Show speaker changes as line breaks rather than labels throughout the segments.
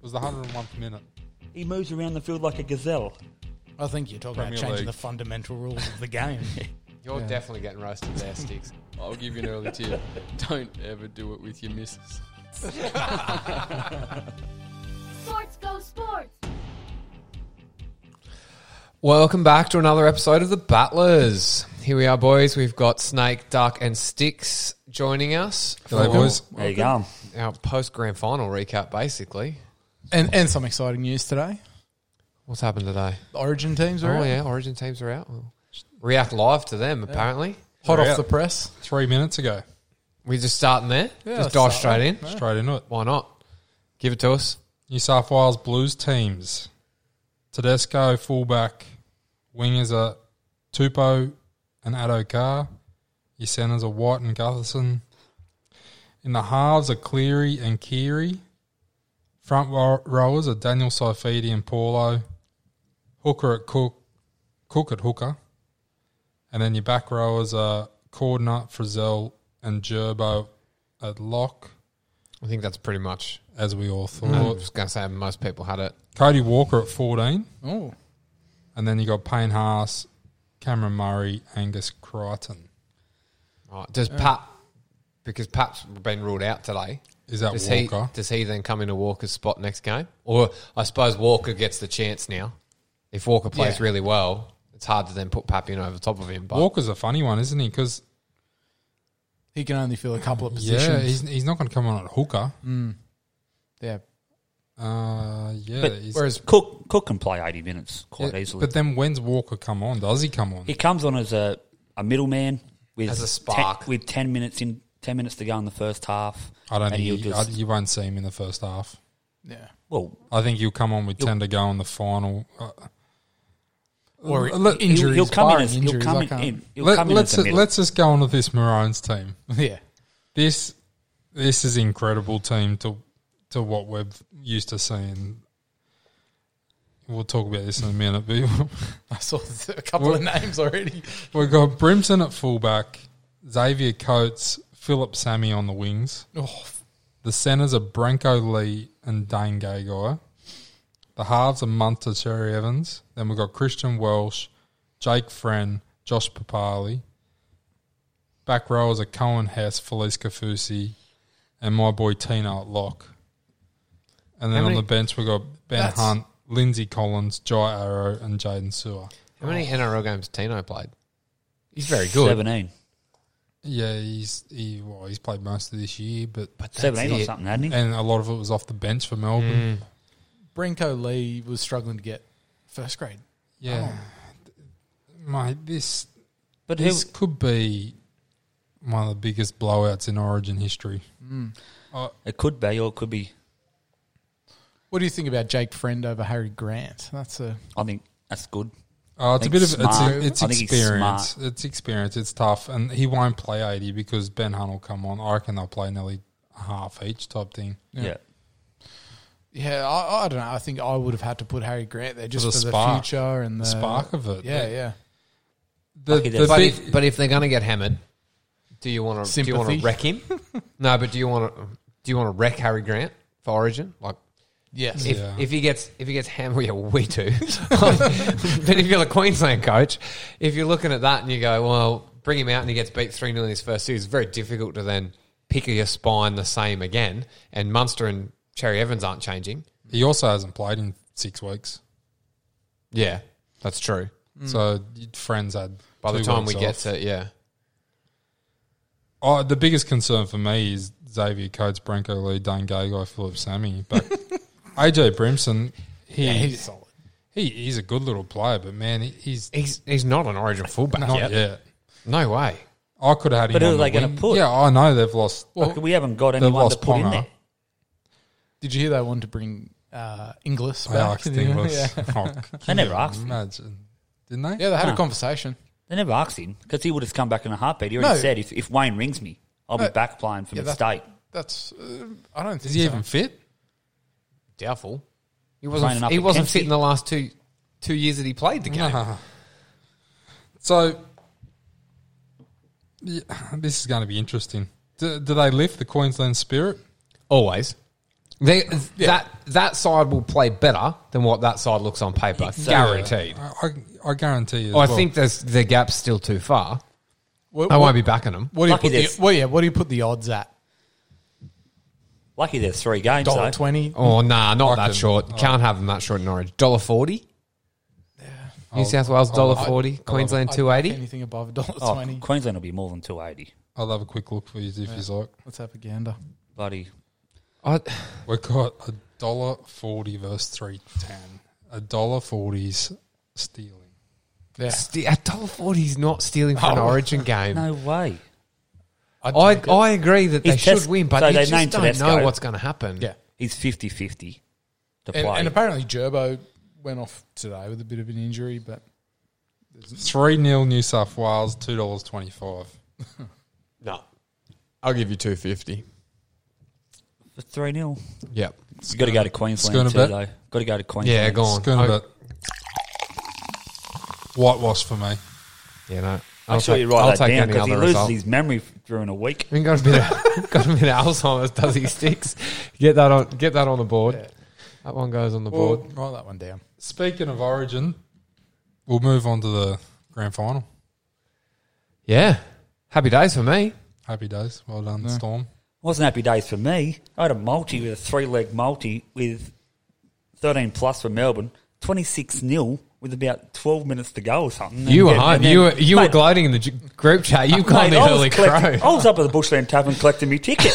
was the 101th minute.
He moves around the field like a gazelle.
I think you're talking
Premier
about changing
League.
the fundamental rules of the game.
You're definitely getting roasted there, Sticks.
I'll give you an early tip. Don't ever do it with your missus.
Sports go sports.
Welcome back to another episode of The Battlers. Here we are, boys. We've got Snake, Duck, and Sticks joining us
Hello,
for
boys.
There you go.
our post grand final recap, basically.
and and some exciting news today.
What's happened today?
The Origin teams are
oh,
out.
yeah, Origin teams are out. We'll react live to them, apparently.
hot
They're
off
out.
the press.
Three minutes ago.
We just starting there. just
let's start
dive straight in.
Straight into it.
Why not? Give it to us.
New South Wales Blues teams. Tedesco, fullback. Wingers are Tupo and Addo Carr. Your centres are White and Gutherson. In the halves are Cleary and Keary. Front row- rowers are Daniel Saifidi and Paulo. Hooker at Cook. Cook at Hooker. And then your back rowers are Cordner, Frizzell, and Gerbo at lock,
I think that's pretty much.
as we all thought.
I was going to say most people had it.
Cody Walker at 14.
Oh,
And then you got Payne Haas, Cameron Murray, Angus Crichton.
Right. Does Pat, because Pat's been ruled out today,
Is that
Does
Walker?
he does he then come into Walker's spot next game? Or I suppose Walker gets the chance now. If Walker plays
Yeah.
really well, it's hard to then put Pappion over top of him. But
Walker's a funny one, isn't he? Because,
he can only fill a couple of positions.
yeah, he's, he's not going to come on at hooker.
yeah.
Uh, yeah.
But
he's-
whereas Cook Cook can play eighty minutes quite
yeah,
easily.
But then when's Walker come on? Does he come on?
he comes on as a, a middleman with
As a spark.
ten, with ten minutes in ten minutes to go in the first half.
I don't
and
think
he'll
he,
just
I- you won't see him in the first half.
Yeah.
well.
I think he'll come on with 10 to go in the final. Uh,
Or
let-
injuries.
He'll come in
barring
as he'll
injuries,
come
I
in,
can't-
in he'll
let,
come in
let's,
as a middle.
let's just go on with this Maroons team.
Yeah.
This this is incredible team to to what we're used to seeing. We'll talk about this in a minute, but
I saw a couple of names already.
we've got Brimson at fullback, Xavier Coates, Philip Sammy on the wings.
Oh,
The centres are Branko Lee and Dane Gagai. The halves are Munter Cherry Evans. Then we've got Christian Welsh, Jake Friend, Josh Papali. Back rowers are Cohen Hess, Felice Kafusi, and my boy Tino at lock. And then
How
on
many-
the bench we've got Ben
That's-
Hunt, Lindsay Collins, Jai Arrow, and Jaden Sewer.
how many NRL games Tino played? He's very good.
Seventeen.
Yeah, he's he well, he's played most of this year, but,
But that's
Seventeen or
it.
something, hadn't he?
and a lot of it was off the bench for Melbourne.
Brenko Lee was struggling to get first grade.
Yeah. Mate, this
But who,
This could be one of the biggest blowouts in Origin history.
it could be, or it could be.
What do you think about Jake Friend over Harry Grant? That's a
I think that's good.
Uh, it's
I
a
think
bit of
smart.
it's,
I
it's
think he's
experience.
smart.
It's experience. It's tough, and he won't play eighty because Ben Hunt will come on. I reckon they'll play nearly half each type thing.
Yeah.
yeah. I, I don't know. I think I would have had to put Harry Grant there just
the
for the,
spark.
future and the,
spark of it.
Uh, Yeah, yeah.
The,
Lucky
the
that-
But
big-
if, but if they're going to get hammered, do you want to do you want to
Sympathy.
wreck him? no, but do you want to do you want to wreck Harry Grant for Origin? Like
Yes.
if,
Yeah.
if he gets if he gets hammered, yeah, we do. but if you're the Queensland coach, if you're looking at that and you go, well, bring him out and he gets beat three 0 in his first series, it's very difficult to then pick your spine the same again. And Munster and Cherry Evans aren't changing.
he also hasn't played in six weeks,
Yeah, that's true.
so friends had
By the
two
time we
weeks
get
off.
to yeah,
Oh, the biggest concern for me is Xavier Coates, Branko Lee, Dane Gagai, Philip Sammy, but AJ Brimson. He,
yeah, he's solid.
He, he's a good little player, but man, he- he's
he's he's not an Origin fullback
not
yet.
yet.
No way.
I could have had him.
But who
on
are
the
they gonna
wing.
put?
Yeah, I know they've lost.
Like, we haven't got
they've
anyone to
lost
put in
Ponga.
there.
Did you hear they wanted to bring uh, Inglis
They
back?
asked Inglis.
Yeah.
Oh,
They never asked. Him.
imagine, didn't they?
Yeah, they had
Huh.
a conversation.
They never asked him because he would have come back in a heartbeat. He already
No.
said, if, "If Wayne rings me, I'll
No.
be back playing for
Yeah,
the
that-
state."
That's uh, I don't. Think
Is he
so.
even fit?
Doubtful. He
Training
wasn't.
up
He
at
wasn't
Kempsey.
fit in the last two two years that he played the game.
So yeah, this is going to be interesting. Do, do they lift the Queensland spirit?
Always. They, That that side will play better than what that side looks on paper, guaranteed.
I, I, I guarantee
Oh,
you. as
I
well.
think there's the gap's still too far.
What,
I
what-
won't be backing them.
What do you
Lucky
put the,
this.
well, yeah, what do you put the odds at?
Lucky there's three games.
Dollar
Though.
twenty.
Oh nah, not that
Fucking-
short. Can't have them that short in Norwich. Dollar forty. New South Wales dollar forty. Queensland two eighty.
Anything above a dollar
Oh,
twenty.
Queensland will be more than 280.
I'll have a quick look for you if you like.
Let's have a gander.
Bloody.
I-
We've got a dollar forty versus three ten. A dollar forty's stealing.
Yeah,
Ste- A dollar forty is not stealing for an
Oh.
Origin game.
No way.
I'd
I
take it.
I agree that they
It's
should
Tes-
win, but
so
you
they
just
named
don't
Tedesco.
know what's going to happen.
yeah,
He's 50 50 to
and,
play.
and apparently Gerbo went off today with a bit of an injury, but
Three 0 New South Wales, two dollars twenty five.
no.
I'll give you two fifty.
3 0.
Yep.
You've got to go to Queensland
Schooner
too,
bet.
though. Got to go to Queensland.
Yeah, go on.
Going
I-
a bit whitewash for me.
Yeah, no.
Make sure
take-
you write that down
any
because he
other
loses
result.
his memory f- during a week.
I mean, got a bit of, got a bit of Alzheimer's. Does he sticks? Get that on. Get that on the board. That one goes on the
Well,
board.
write that one down.
Speaking of Origin, we'll move on to the grand final.
Yeah. Happy days for me.
Happy days. Well done, Storm.
Wasn't happy days for me. I had a multi with a three leg multi with 13 plus for Melbourne, 26 0 with about 12 minutes to go or something.
You were
And-
high.
and then-
You were you were
Mate,
gloating in the j- group chat. You
mate,
got the
I was
early
collecting-
crow.
I was up at the Bushland Tavern collecting my ticket.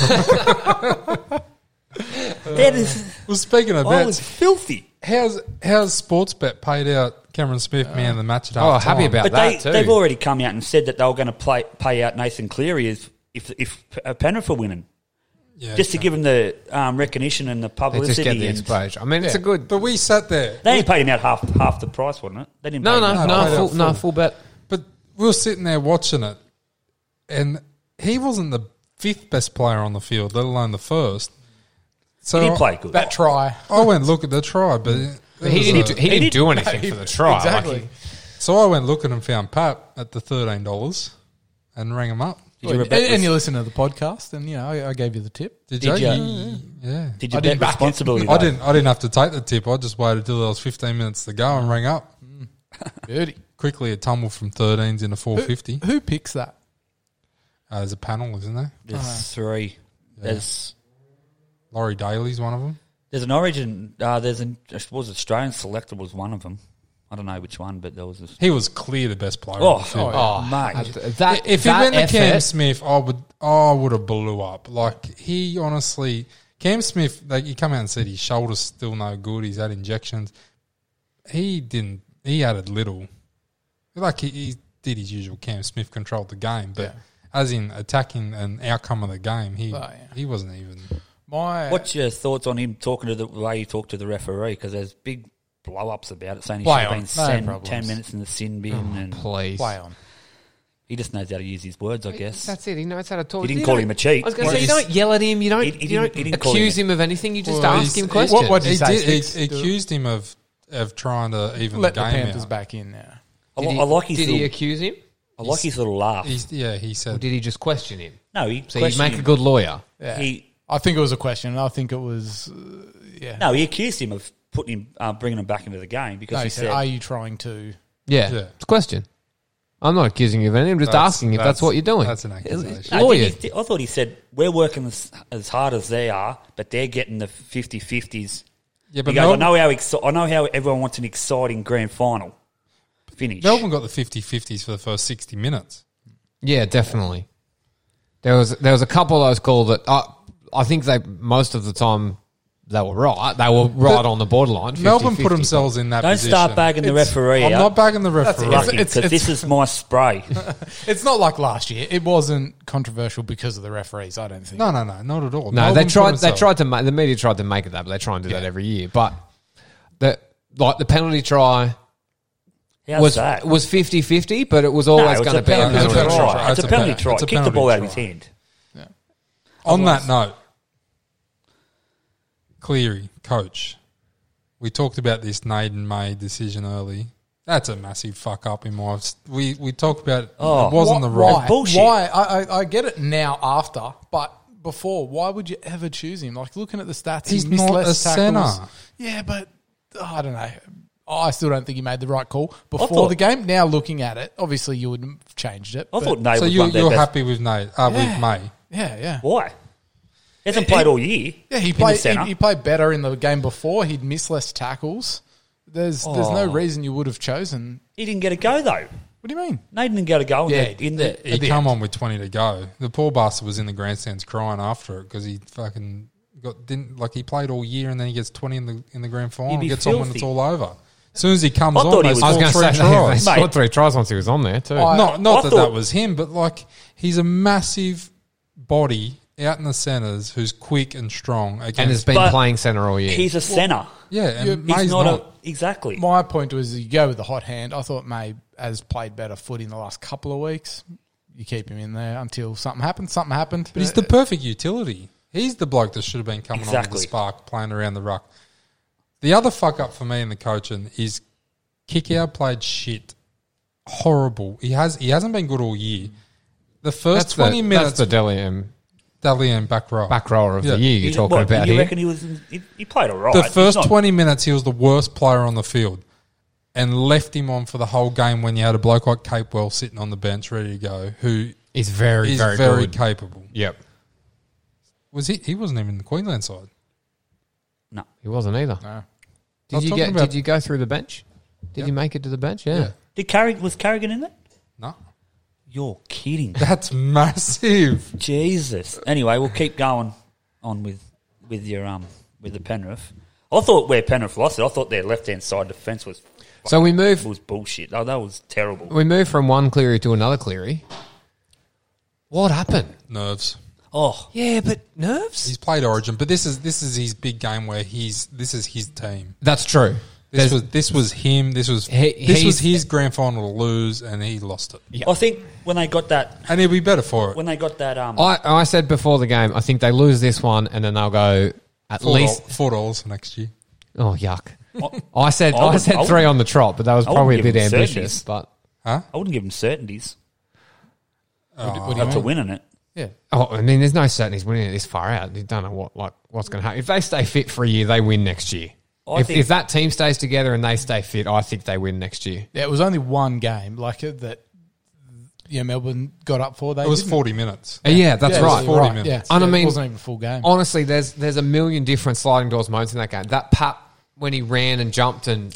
that is,
Well, speaking of
I was
bets,
filthy.
how's how's Sportsbet paid out Cameron Smith man of the match at
Oh,
half
happy
time?
about
But
that
they,
too.
they've already come out and said that they were going to play, pay out Nathan Cleary if, if, if uh, Penrith were winning.
yeah,
just to
okay.
give him the um, recognition and the
They just
publicity.
get the
and-
exposure. I mean, it's a good.
But we sat there.
they only paid him out half half the price, wasn't it? They didn't.
No,
pay him
no,
out.
no,
no, full,
full.
no, full bet.
But we were sitting there watching it, and he wasn't the fifth best player on the field, let alone the first. So
He did play good.
That try.
I went look at the try, but it- it
He
was
didn't.
a-
he didn't
did-
do anything for the try. like,
Exactly.
so I went looking and found Pat at the thirteen dollars, and rang him up.
Did you,
and,
bet,
and you listen to the podcast, and you know I, I gave you the tip.
Did,
Did
you?
you?
Yeah.
did you
I
bet
didn't back it.
responsibility?
I
though?
didn't. I didn't have to take the tip. I just waited till there was fifteen minutes to go and rang up.
Dirty.
Quickly, it tumbled from thirteens into four fifty.
Who picks that?
Uh, there's a panel, isn't there?
There's three. There's
Laurie Daly's one of them.
there's an origin. Uh, there's an it was Australian selector was one of them. I don't know which one, but there was. This,
He was clear the best player. on
oh,
the field.
oh,
that-
mate!
That
if he
that
went to Cam
effort-
Smith, I would I would have blew up. Like he honestly, Cam Smith, like he come out and said his shoulders still no good. He's had injections. He didn't. He added little. Like he, he did his usual. Cam Smith controlled the game, but as in attacking an outcome of the game, he
Oh, yeah.
he wasn't even.
My
What's your thoughts on him talking to the way he talked to the referee? Because there's big blow ups about it, saying he should
Play
have
on.
been
No
sent
problems.
ten minutes in the sin bin, and
please.
play on?
he just knows how to use his words, I guess.
That's it. He knows how to talk.
He didn't call him a cheat.
I was going to
Well,
say, you
he's-
don't yell at him. You don't,
He- he
you don't
didn't- he didn't call
accuse
him
him of anything. You just
Well,
ask
he's-
him
he-
questions.
what- what did
He,
say,
did,
Sticks?
he, he accused him of of trying to even
Let
the
the
game
Panthers
out.
back in now.
I,
Did
li-
he-
I like his
Did he
little,
accuse him?
I like his little laugh.
He's, yeah, he
Or
said.
did he just question him?
no, he
So you
questioned
make
him.
a good lawyer.
Yeah.
He
I think it was a question. and I think it was. Uh, yeah.
no, he accused him of putting him, uh, bringing him back into the game because
No,
he said,
"Are you trying to?"
Yeah.
Yeah.
It's a question. I'm not accusing you of anything. I'm just
That's-
asking if that's,
that's-
what you're doing.
that's an accusation.
It's
No,
Lawyer.
did he- I thought he said we're working as, as hard as they are, but they're getting the 50-50s.
yeah,
He
but
goes,
Mel-
I know how exci- I know how everyone wants an exciting grand final finish.
Melbourne got the 50-50s for the first sixty minutes.
Yeah, definitely. There was there was a couple of those calls that uh, I think they most of the time they were right. They were right on the borderline. 50,
Melbourne
50.
put themselves in that
Don't
position.
start bagging the
It's-
referee
I'm
out.
not bagging the referee.
Lucky,
It's- it's-
'cause this is my spray.
It's not like last year. It wasn't controversial because of the referees. I don't think.
No, no, no, not at all.
No,
Melbourne
they
put
tried. They
themselves-
tried to. Make, the media tried to make it that, but they try and do that every year. But the like the penalty try
How's
was
that?
was 50-50, but it was
No,
always
it's
going
a
to be a
penalty
penalty
penalty
try.
try.
try. It's a penalty try.
It's a
Kick the
penalty
ball out of his
try.
hand.
On that note, Cleary, coach, we talked about this Naden May decision early. That's a massive fuck up in my. We we talked about it
Oh.
wasn't
Why-
the right.
Why?
Bullshit.
why? I, I, I get it now after, but before, why would you ever choose him? Like looking at the stats,
He's
he missed
not
less
a
tackles.
centre.
Yeah, but oh, I don't know. I still don't think he made the right call before
thought-
the game. Now looking at it, obviously you wouldn't have changed it.
I
but-
thought Nay
so
was
you,
one of their
you're
best.
happy with Nate? Uh,
Yeah.
With May?
yeah, yeah,
Why? He hasn't played all year.
yeah. He
in the
played. He,
centre.
he played better in the game before. He'd missed less tackles. There's there's no
Oh.
reason you would have chosen.
He didn't get a go though.
What do you mean?
Nay didn't get a go in
Yeah,
the, in the,
He come on with twenty to go. The poor bastard was in the grandstands crying after it because he fucking got didn't like he played all year and then he gets twenty in the in the grand final.
You'd be
Gets on when it's
filthy.
all over. As soon as he comes
I
on,
thought
they
he was-
I was
score
going
three
to say they, they
tries.
scored
Mate.
three tries once he was on there too.
I-
not not
I
that
thought-
that was him, but like he's a massive body out in the centres who's quick and strong. Against,
and has been
But
playing centre all year.
He's a centre.
yeah, and
You're-
May's
He's
not.
not, a exactly.
My point was you go with the hot hand. I thought May has played better foot in the last couple of weeks. You keep him in there until something happens. Something happened.
but he's
Uh,
the perfect utility. He's the bloke that should have been coming on with
Exactly.
the spark, playing around the ruck. The other fuck up for me in the coaching is Kickout played shit, horrible. He has he hasn't been good all year. The first
that's
twenty
the,
minutes,
That's the Delium
Dalian back row.
back rower of
Yeah.
the year you're
He's-
talking
what,
about
you
here.
reckon he was? in- he, he played all right.
the
He's
first
not-
20 minutes he was the worst player on the field and left him on for the whole game when you had a bloke like Capewell sitting on the bench ready to go who
He's very,
is
very,
very,
good.
capable.
yep.
Was he he wasn't even in the Queensland side.
No.
He wasn't either.
I
Did
was
you
talking
get?
about-
Did you go through the bench? Did you make it to the bench? Yeah.
Yeah.
Did Carrig was Carrigan in it?
No.
You're kidding.
That's massive.
Jesus. Anyway, we'll keep going on with with your um with the Penrith. I thought where Penrith lost it, I thought their left hand side defence was
So we move.
was bullshit. Oh, that was terrible.
We move from one Cleary to another Cleary. What happened?
Nerves.
Oh,
Yeah, but nerves.
He's played Origin, but this is this is his big game where he's this is his team.
That's true.
This
There's-
was this was him. This was
He-
this was
he's-
his grand final to lose, and he lost it.
I think when they got that
And he'll be better for it.
when they got that um
I, I said before the game, I think they lose this one and then they'll go at
Four,
least.
doll- four dollars for next year.
Oh yuck! I said
I
I,
would- I
said
would-
three on the trot, but that was
I would
probably a
give
bit
them
ambitious.
certainties.
But
I wouldn't give them certainties
what do you
up to
mean?
winning it.
Yeah.
oh, I mean, there's no certainties winning it this far out. You don't know what like what's going to happen. If they stay fit for a year, they win next year.
I
If,
think-
if that team stays together and they stay fit, I think they win next year.
Yeah, it was only one game like it, that. Yeah, Melbourne got up for. They
It was
didn't.
forty minutes.
Yeah, that's
Yeah, it was
right.
forty
right,
minutes.
Yeah,
And I
Yeah,
mean-
it wasn't even a full game.
Honestly, there's there's a million different sliding doors moments in that game. That pat when he ran and jumped and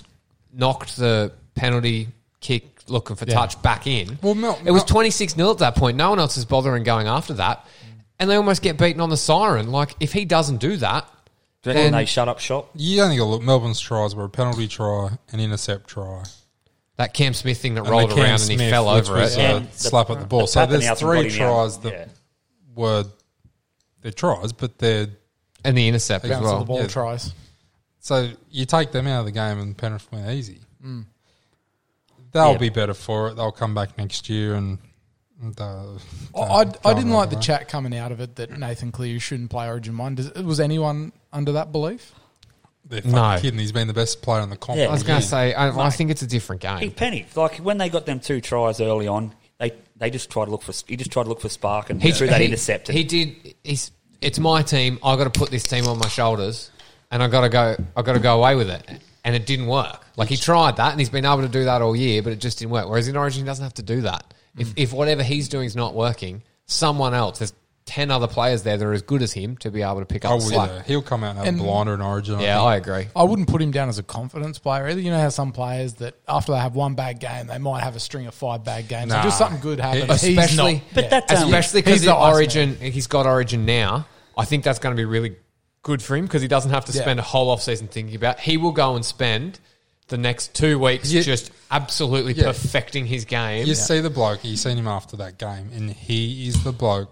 knocked the penalty kick looking for touch back in.
Well, Mel-
it was
Mel-
26 0 at that point. No one else is bothering going after that. And they almost get beaten on the siren. Like, if he doesn't do that,
Do you reckon
And-
they shut up shop?
You only got to look. Melbourne's tries were a penalty try, an intercept try,
that Cam Smith thing that
and
rolled
the Cam
around and
Smith,
he fell
which
over
was
it.
a
And the-
Uh, slap at the ball.
the
so there's
Pappenhausen got
three
him out.
tries that
Yeah.
were they're tries, but they're
And the intercept as
Bounce of
well.
the ball
yeah.
tries.
so you take them out of the game and Penrith went easy. They'll
Yeah.
be better for it. They'll come back next year and. and they'll-
I, I, I
they'll
didn't
run
like the
away.
chat coming out of it that Nathan Cleary shouldn't play Origin One. Does, was anyone under that belief?
They're fucking
No.
kidding. He's been the best player in the comp.
Yeah.
I was going to say, I, I think it's a different
He
game.
panicked. Like when they got them two tries early on, they they just tried to look for he just tried to look for spark and he threw that intercepted.
He did. He's. It's my team. I got to put this team on my shoulders, and I got to go. I got to go away with it. And it didn't work. Like he tried that, and he's been able to do that all year, but it just didn't work. Whereas in Origin, he doesn't have to do that. If if whatever he's doing is not working, someone else. There's ten other players there that are as good as him to be able to pick up
Oh,
the slack.
yeah. He'll come out and have
And-
a blinder in Origin. I
Yeah,
think.
I agree.
I wouldn't put him down as a confidence player either. You know how some players that after they have one bad game, they might have a string of five bad games.
Nah.
Until something good happens. He's
especially,
not.
But
Yeah.
that's, um,
especially
He's
because
the Iceman.
Origin, he's got Origin now. I think that's going to be really good for him because he doesn't have to
Yeah.
spend a whole off season thinking about. He will go and spend the next two weeks
Yeah.
just absolutely perfecting his game.
You see the bloke, you seen him after that game, and he is the bloke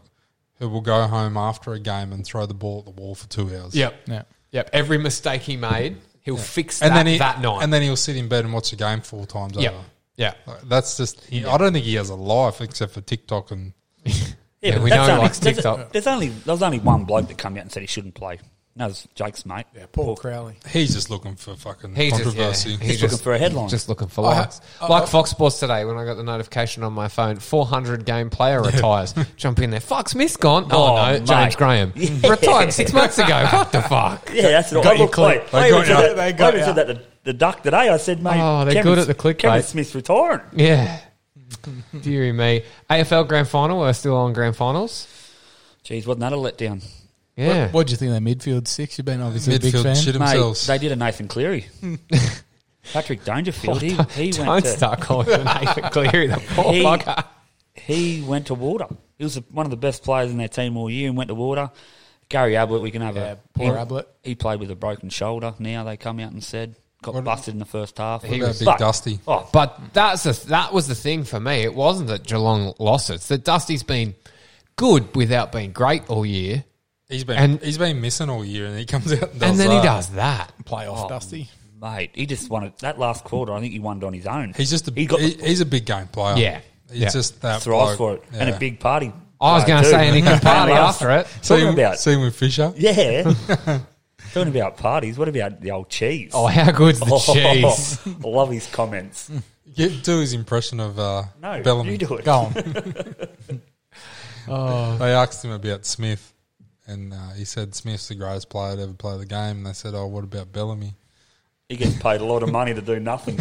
who will go home after a game and throw the ball at the wall for two hours.
Yep,
Yeah.
yep. Every mistake he made, he'll fix that
And then he,
that night.
and then he'll sit in bed and watch the game four times
yep,
over.
yeah.
Like, That's just. he- I don't think he has a life except for TikTok and
Yeah,
Yeah,
but
we
that's
know he
only,
likes
there's,
TikTok.
there's only there was only one bloke that come out and said he shouldn't play. No, it's Jake's mate.
Yeah, Paul Crowley.
He's just looking for fucking
He just-
controversy.
yeah, he
He's looking for a headline. Oh,
Just looking for
I ha-
likes.
I-
like
I-
Fox Sports today, when I got the notification on my phone, 400 game player retires. Jump in there. Fuck Smith gone. Oh,
Oh,
no,
mate.
James Graham
Yeah.
retired six months ago. What the fuck?
yeah, that's it.
Got
I
you,
look-
Clint.
wait,
They
I
got
even
you.
said
They
that,
got
I even
you.
said that the, the duck today. I said, mate,
Oh, they're
Kevin,
good at the clickbait.
Kevin Smith's retiring.
Yeah. Deary me. AFL grand final. We're still on grand finals.
Jeez, wasn't that a letdown?
Yeah.
What do you think of their midfield six? You've been obviously a big
Midfield
fan.
shit
Mate,
themselves.
they did a Nathan Cleary. Patrick Dangerfield, he, he
Don't
went to,
start calling him Nathan Cleary, the poor
He-
fucker.
he went to water. He was one of the best players in their team all year and went to water. Gary Ablett, we can have
Yeah,
a
poor
he-
Ablett.
He played with a broken shoulder. Now they come out and said got
What-
busted in the first half.
He was-
But-
Big Dusty.
Oh, but
But that's the that was the thing for me. It wasn't that Geelong lost it. It's that Dusty's been good without being great all year,
He's been
And-
he's been missing all year, and he comes out and, does
and then
that.
he does that.
Playoff Dusty.
mate, he just wanted that last quarter. I think he won it on his own.
He's just a
he got
he- he's a big game player.
Yeah.
he's
Yeah.
just that
thrives
bloke.
for it
Yeah.
and a big party.
I was
player
going to
too.
say, and he can party
Last-
after it.
Talking
Same,
about
same with Fisher.
yeah, talking about parties. What about the old cheese?
Oh, how good's the cheese?
I love his comments.
Get, do his impression of uh,
No,
Bellamy.
you do it.
Go on.
They asked him about Smith, and uh, he said Smith's the greatest player to ever play the game. And they said, "Oh, what about Bellamy?
He gets paid a lot of money to do nothing.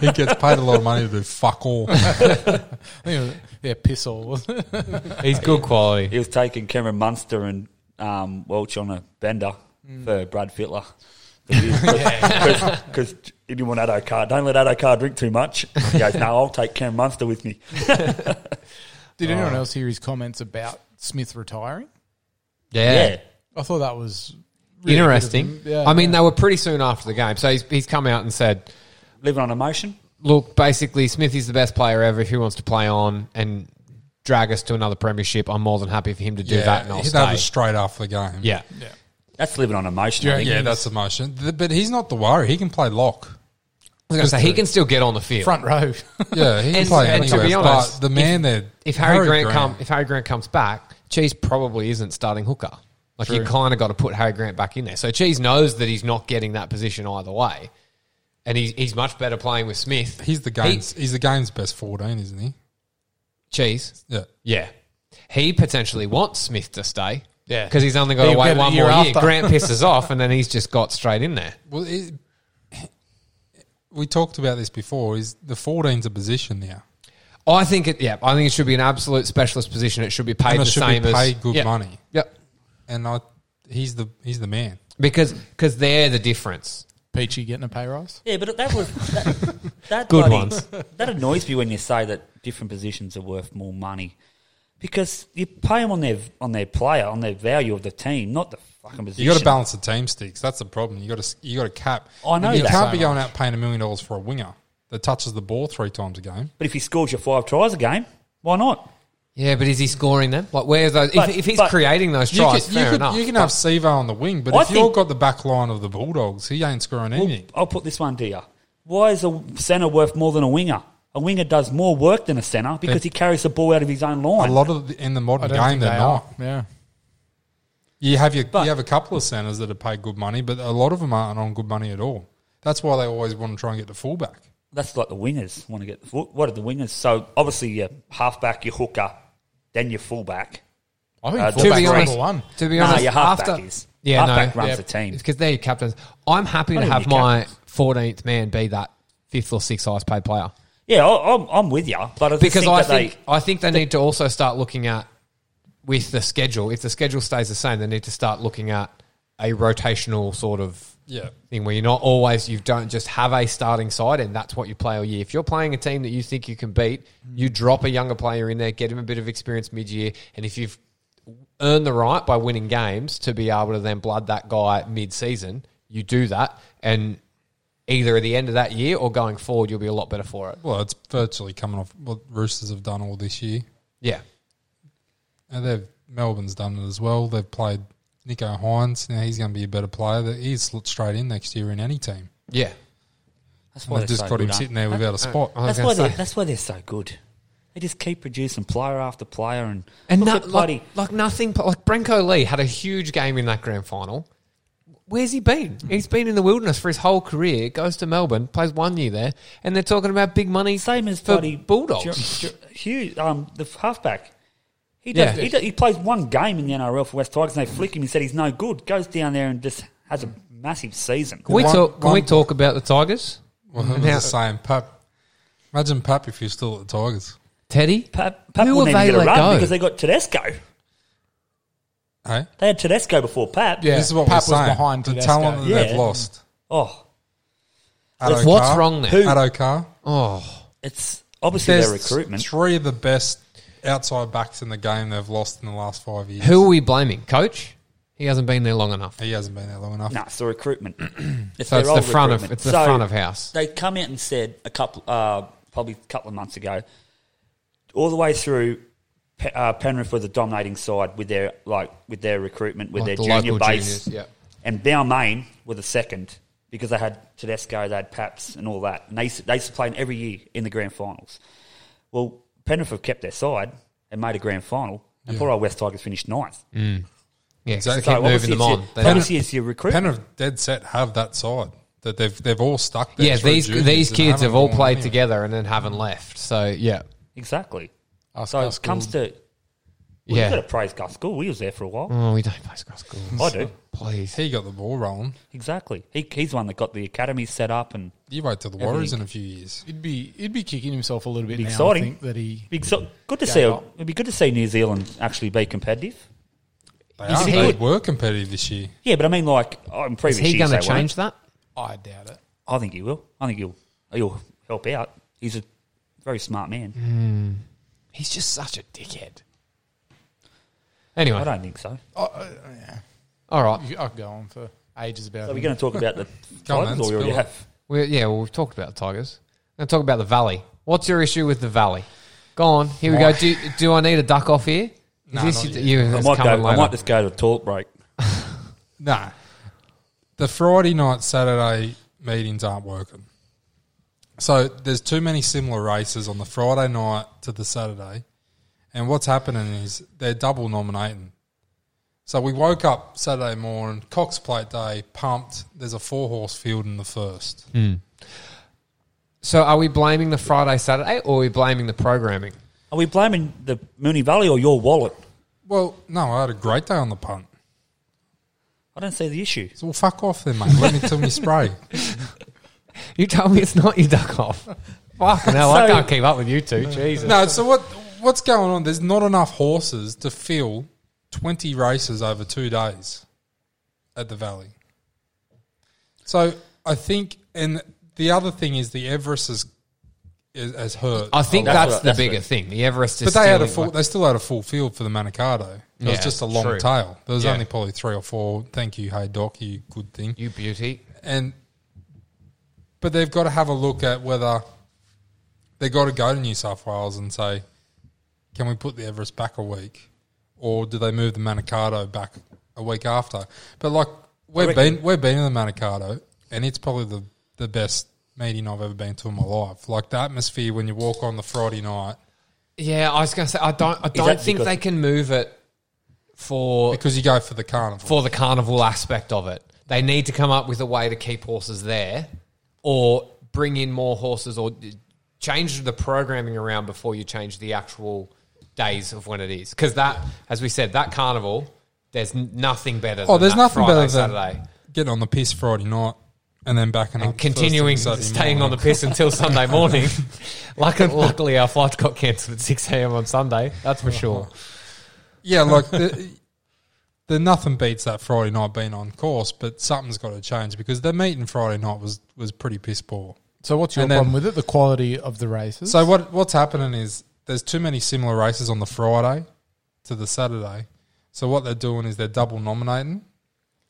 he gets paid a lot of money to do fuck all."
I think it was- yeah, piss all. wasn't it?
He's good quality.
he was taking Cameron Munster and um, Welch on a bender for Brad Fittler. Because he didn't want Addo Carr. Don't let Addo Carr drink too much. He goes, no, I'll take Cameron Munster with me.
Did anyone else hear his comments about Smith retiring?
Yeah.
Yeah.
I thought that was really good of
Interesting.
him. Yeah,
I mean,
yeah.
they were pretty soon after the game. So he's, he's come out and said,
Living on emotion.
look, basically, Smith is the best player ever. If he wants to play on and drag us to another premiership, I'm more than happy for him to do that and I'll
he- that
stay.
was straight after the game.
yeah.
That's living on emotion. I
Yeah,
think.
yeah, that's emotion. Th- But he's not the worry. He can play lock.
I was going to say, he can still get on the field.
front row.
Yeah, he can
And-
play
and to
anywhere.
be honest,
but the man there,
if Harry, Grant, come if Harry Grant comes back, Cheese probably isn't starting hooker. Like you kind of got to put Harry Grant back in there. So Cheese knows that he's not getting that position either way, and he's he's much better playing with Smith.
he's the game's he's the game's best fourteen, isn't he?
Cheese.
Yeah,
Yeah, he potentially wants Smith to stay.
Yeah.
because he's only got to
He'll
wait
get it
one
a year
more year.
after.
Grant pisses off, and then he's just got straight in there.
Well, it, we talked about this before. Is the 14's a position now?
I think it. Yeah, I think it should be an absolute specialist position. It should be paid
And
the
it should
same
be
as
paid good
Yeah.
money.
Yep,
And I, he's the he's the man.
because because they're the difference.
Peachy getting a pay rise.
Yeah, but that was that, that
Good
bloody-
ones.
That annoys me when you say that different positions are worth more money because you pay them on their on their player on their value of the team, not the fucking position.
You got to balance the team sticks. That's the problem. You got to you got to cap.
I know
you
that.
can't be
So
going out paying a million dollars for a winger that touches the ball three times a game.
But if he scores you five tries a game, why not?
Yeah, but is he scoring them? Like, where's those?
But-
if, if he's
but-
creating those
You
tries,
can, you
fair
could-
enough.
you can have Sevo on the wing, but
I
if you've
think-
got the back line of the Bulldogs, he ain't scoring anything.
I'll put this one to you. Why is a centre worth more than a winger? A winger does more work than a centre because he carries the ball out of his own line.
a lot of the, in the
I
modern
don't
game,
think
they're
they
not.
are. Yeah.
You have your
But-
you have a couple of centers that are paid good money, but a lot of them aren't on good money at all. That's why they always want to try and get the fullback.
That's like the wingers want to get. wh- What are the wingers? So obviously, your halfback, your hooker, then your fullback.
I think
Uh,
fullback's
to be honest-
number one.
To be
Nah,
honest,
your halfback
after
is.
yeah,
Halfback
no,
runs
Yeah.
the team.
It's because they're your captains. I'm happy
Not
to
even
have
your
my
captains.
14th man be that fifth or sixth highest paid player
Yeah, I, I'm, I'm with you, but I just
because
think
I
that they-
think I think they need to also start looking at with the schedule. If the schedule stays the same, they need to start looking at a rotational sort of
Yeah.
thing where you're not always you don't just have a starting side and that's what you play all year. If you're playing a team that you think you can beat, you drop a younger player in there, get him a bit of experience mid year, and if you've earned the right by winning games to be able to then blood that guy mid season, you do that and either at the end of that year or going forward you'll be a lot better for it.
Well, it's virtually coming off what Roosters have done all this year.
Yeah.
And they've Melbourne's done it as well. They've played Nico Hines. Now he's going to be a better player. That he's slot straight in next year in any team.
Yeah.
that's
And
why
they've
they're
just
so
got him
good,
sitting
aren't
there
Uh,
without a spot.
I
they?
was
That's why,
gonna
they're,
say.
that's why they're so good. They just keep producing player after player, and
And
look
no-
at bloody
like, like nothing, like Brenko Lee had a huge game in that grand final. Where's he been? He's been in the wilderness for his whole career. Goes to Melbourne, plays one year there, and they're talking about big money.
Same as
for
bloody
Bulldogs.
Ju- Ju- Hugh, um, the halfback. He does,
Yeah.
he, does, he plays one game in the NRL for West Tigers, and they flick him and said he's no good. Goes down there and just has a massive season.
Can we
One-
talk? Can we
one-
talk about the Tigers?
Well,
uh,
it was
Now-
the same. Pap, imagine Pap if you're still at the Tigers.
Teddy,
Pap, Pap
Who
wouldn't
have
even
they
get a
let
run
go?
because they got Tedesco.
Hey,
They had Tedesco before Pap.
Yeah,
this is what
Pap
we're
was
saying.
behind
the
Tedesco.
talent that they've
Yeah.
lost.
Oh,
Addo
what's
Carr-
wrong there? Who-
Addo Carr.
oh,
it's obviously their recruitment.
Three of the best outside backs in the game they've lost in the last five years.
who are we blaming? Coach? He hasn't been there long enough.
He hasn't been there long enough.
No, it's the recruitment. it's
So
their
it's the
old
front of
recruitment.
it's the
So
front of house.
They come out and said a couple, uh, probably a couple of months ago, all the way through. Pe- uh, Penrith were the dominating side with their like with their recruitment with
Like
their
the local
junior base,
juniors, yeah.
and Balmain were the second because they had Tedesco, they had Paps, and all that, and they used to, they used to play in every year in the grand finals. Well, Penrith have kept their side and made a grand final, and poor old West Tigers finished ninth.
Yeah, 'cause
Exactly.
they keep moving
obviously
them
it's
on.
your-
They don't-
obviously it's your recruitment.
Penrith dead set have that side that they've they've all stuck. There
yeah,
through
these
juniors
these
and
kids have
haven't
all
gone
played
anywhere.
together and then haven't left. So yeah,
Exactly.
Us-
so
us
it comes to well,
yeah.
you've got to praise Gus Gould. He was there for a while.
Oh, we don't play cross schools.
I do.
Please.
He got the ball rolling.
Exactly. He, he's the one that got the academy set up and
You wait till the Warriors in a few years.
He'd be he'd be kicking himself a little bit
Be
now.
exciting.
I think that he
big. So good to
Gave
see.
up.
It'd be good to see New Zealand actually be competitive.
They,
Is
are,
he-
they were competitive this year.
Yeah, but I mean, like on
Is
previous years,
he going to
they weren't.
change that?
I doubt it.
I think he will. I think he'll he'll help out. He's a very smart man.
He's just such a dickhead. Anyway,
I don't think so.
I, I, Oh, yeah.
all right.
You- I could go on for ages about.
So we're
him.
going to talk about the
Go on, then,
Tigers, or we already
spill it.
have.
We're, yeah, well, we've talked about the Tigers. Now talk about the Valley. What's your issue with the Valley? Go on. Here we go. Do, do I need a duck off here? Is
No, not yet.
you,
I
it's
might go.
coming
I
later.
might just go to a talk break.
No, the Friday night Saturday meetings aren't working. So there's too many similar races on the Friday night to the Saturday, and what's happening is they're double nominating. So we woke up Saturday morning, Cox Plate Day, pumped. There's a four horse field in the first.
So are we blaming the Friday, Saturday, or are we blaming the programming?
Are we blaming the Mooney Valley or your wallet?
Well, no, I had a great day on the punt.
I don't see the issue.
So well, fuck off then, mate. Let me till me spray.
You tell me it's not your duck off. Fucking hell, I
So-
can't keep up with you two. Jesus.
No, so what what's going on? There's not enough horses to fill twenty races over two days at the Valley. So I think, and the other thing is the Everest is, is has hurt.
I think
That's
that's,
what-
the
that's
bigger
what-
thing. The Everest
but
is
they had a
stealing-
full. They still had a full field for the Manicardo. It was
Yeah,
just a long
true.
tail. There was
Yeah.
only probably three or four. Thank you, hey doc, you good thing.
You beauty.
and but they've got to have a look at whether they've got to go to New South Wales and say, can we put the Everest back a week, or do they move the Manicardo back a week after? But like we've
reckon-
been we've been in the Manicardo, and it's probably the the best meeting I've ever been to in my life. Like the atmosphere when you walk on the Friday night
Yeah, I was going to say I don't. I
that
don't think
because-
they can move it for
because you go for the carnival.
for the carnival aspect of it. They need to come up with a way to keep horses there, or bring in more horses, or change the programming around before you change the actual days of when it is. Because that, as we said, that carnival, there's n- nothing better.
oh,
than
there's
that
nothing
Friday,
better than
Saturday.
getting on the piss Friday night and then backing up
And
first thing
continuing
Saturday
staying
morning.
on the piss until Sunday morning. luckily, luckily, our flights got cancelled at six a.m. on Sunday. That's for sure.
Yeah, like the, the nothing beats that Friday night being on course, but something's got to change because the meeting Friday night was was pretty piss poor.
So what's your
And then-
problem with it? The quality of the races.
So what what's happening is there's too many similar races on the Friday to the Saturday. So what they're doing is they're double nominating,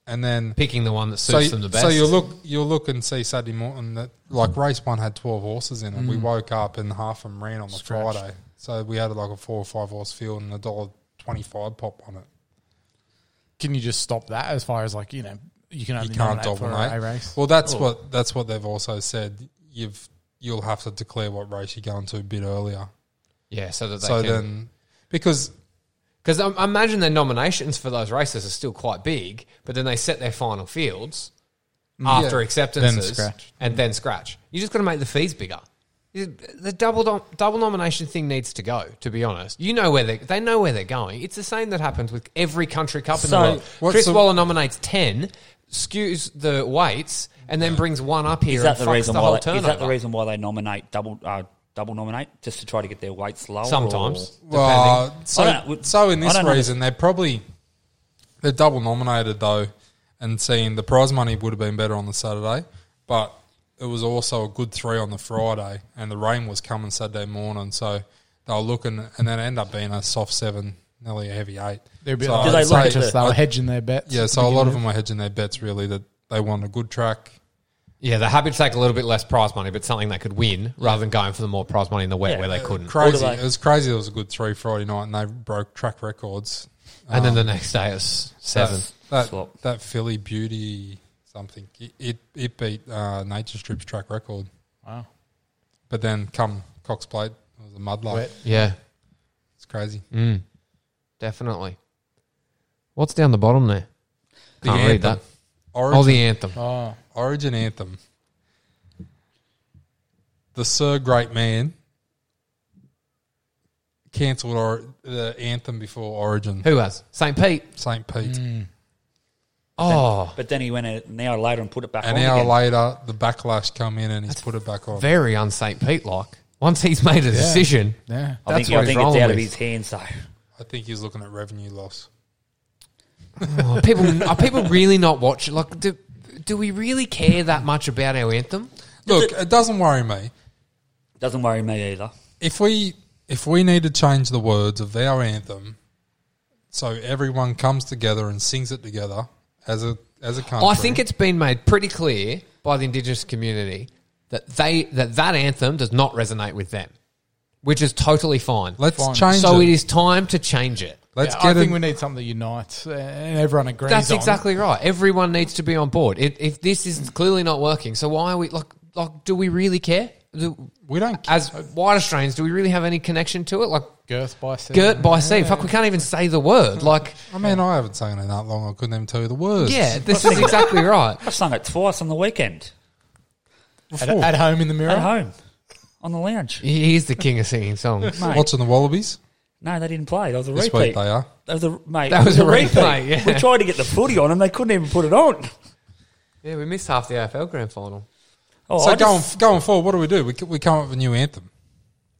and then
Picking the one that
so
suits
you,
them the best. Hmm.
so you look you look and see Saturday morning that like race one had twelve horses in it. We woke up and half of them ran on the
Scratched.
Friday, so we had like a four or five horse field and a dollar twenty five pop on it.
can you just stop that? As far as like you know, you can only
you can't
nominate for
dominate.
a race.
Well, that's
Oh.
what that's what they've also said. You've you'll have to declare what race you're going to a bit earlier.
yeah, so that they
so
can,
then, because
Because I imagine their nominations for those races are still quite big, but then they set their final fields after
Mm. Yeah.
acceptances
Then scratch.
and then scratch. You just got to make the fees bigger. You- The double dom- double nomination thing needs to go. To be honest, you know where they they know where they're going. It's the same that happens with every country cup in
So,
the world.
what's
Chris
the-
Waller nominates ten, skews the weights, and then brings one up here
Is that
and
the
fucks
reason
the
why?
whole
They,
turnover.
is that the reason why they nominate double uh, double nominate just to try to get their weights lower?
Sometimes,
or-
Well,
I
so,
don't know.
so in
I
this
don't know.
reason, they're probably they're double nominated though, and seeing the prize money would have been better on the Saturday, but it was also a good three on the Friday, and the rain was coming Saturday morning, so they were looking, and then it ended up being a soft seven, nearly a heavy eight.
They're a bit
So
like
I'd
they look
say-
at the-
Sanchez, they were
I'd-
hedging their bets.
yeah, so a lot of them are hedging their bets really that they want a good track.
yeah, they're happy to take a little bit less prize money, but something they could win rather than going for the more prize money in the wet
Yeah.
where they couldn't.
Crazy,
Or do they-
it was crazy. It was a good three Friday night, and they broke track records.
and then the next day it's seven.
That, that,
Swap.
that Philly Beauty something it it, it beat uh, Nature Strip's track record,
Wow.
but then come Cox Plate it was a mudlark.
Wet.
Yeah,
It's crazy.
mm, definitely. What's down the bottom there?
The
Can't read
anthem.
that.
Origin,
Oh, the anthem.
Oh,
Origin anthem. The Sir Great Man cancelled or, the anthem before Origin.
Who has St. Pete?
St. Pete.
Mm.
Oh,
But then he went an hour later and put it back
An
on
hour
again.
later, the backlash come in and he's put it back on.
very un St. Pete like. Once he's made a decision,
yeah.
I think,
That's what
I
he's
think it's
rolling
out of
with.
his hands though.
I think he's looking at revenue loss.
oh, people are people really not watching? Like, do, do we really care that much about our anthem?
Look, it doesn't worry me.
Doesn't worry me either.
if we if we need to change the words of our anthem so everyone comes together and sings it together as a as a country
I think it's been made pretty clear by the Indigenous community that they that that anthem does not resonate with them, which is totally fine.
let's
Fine.
change
so
it.
it is time to change it.
let's
Yeah,
get
I think
in-
we need something that unites uh, and everyone agrees.
That's
on.
exactly right. Everyone needs to be on board. If, if this is clearly not working, so why are we like like? Do we really care? Do,
we don't
as white Australians, do we really have any connection to it? Like
Girth by seven.
Gert by sea. Fuck, we can't even say the word. Like,
I mean Oh, I haven't sung it in that long I couldn't even tell you the words
yeah, this is exactly right.
I sung it twice on the weekend
At, at home in the mirror.
at home on the lounge.
He- He's the king of singing songs.
Mate,
watching the Wallabies
no, they didn't play. That was a
this
repeat.
week they are
That was a mate. it
That was a replay, yeah.
We tried to get the footy on and they couldn't even put it on.
Yeah, we missed half the AFL grand final.
Oh,
so
I
going
just-
going forward what do we do we, c- we come up with a new anthem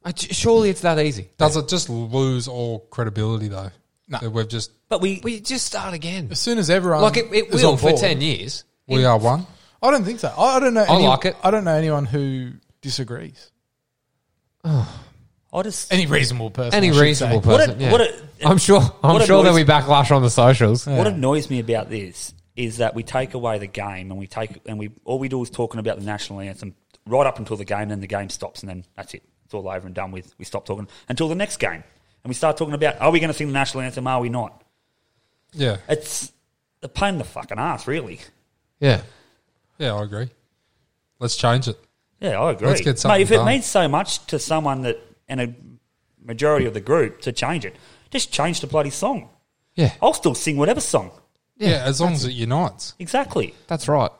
Uh, j- Surely it's that easy.
does it just lose all credibility though
No.
That we've just
but we,
We just start again.
As soon as everyone
Like it, it
is
will
on
for
board.
ten years.
we are one
I don't think so. I, I don't know. I
like it.
I don't know anyone who disagrees.
I just
Any reasonable person.
Any
I should
reasonable
say.
What
person.
a-
yeah.
what a-
I'm sure. I'm
what a
sure there'll be
noise-
backlash on the socials.
What annoys me about this is that we take away the game and we take and we all we do is talking about the national anthem right up until the game, then the game stops and then that's it. It's all over and done with. We stop talking until the next game. And we start talking about are we going to sing the national anthem, are we not?
yeah
It's a pain in the fucking ass, really.
Yeah.
yeah I agree let's change it
Yeah, I agree.
Let's get something
Mate, if it
done.
means so much to someone that and a majority of the group to change it, just change the bloody song.
Yeah.
I'll still sing whatever song.
yeah, as long as it unites
Exactly.
That's right.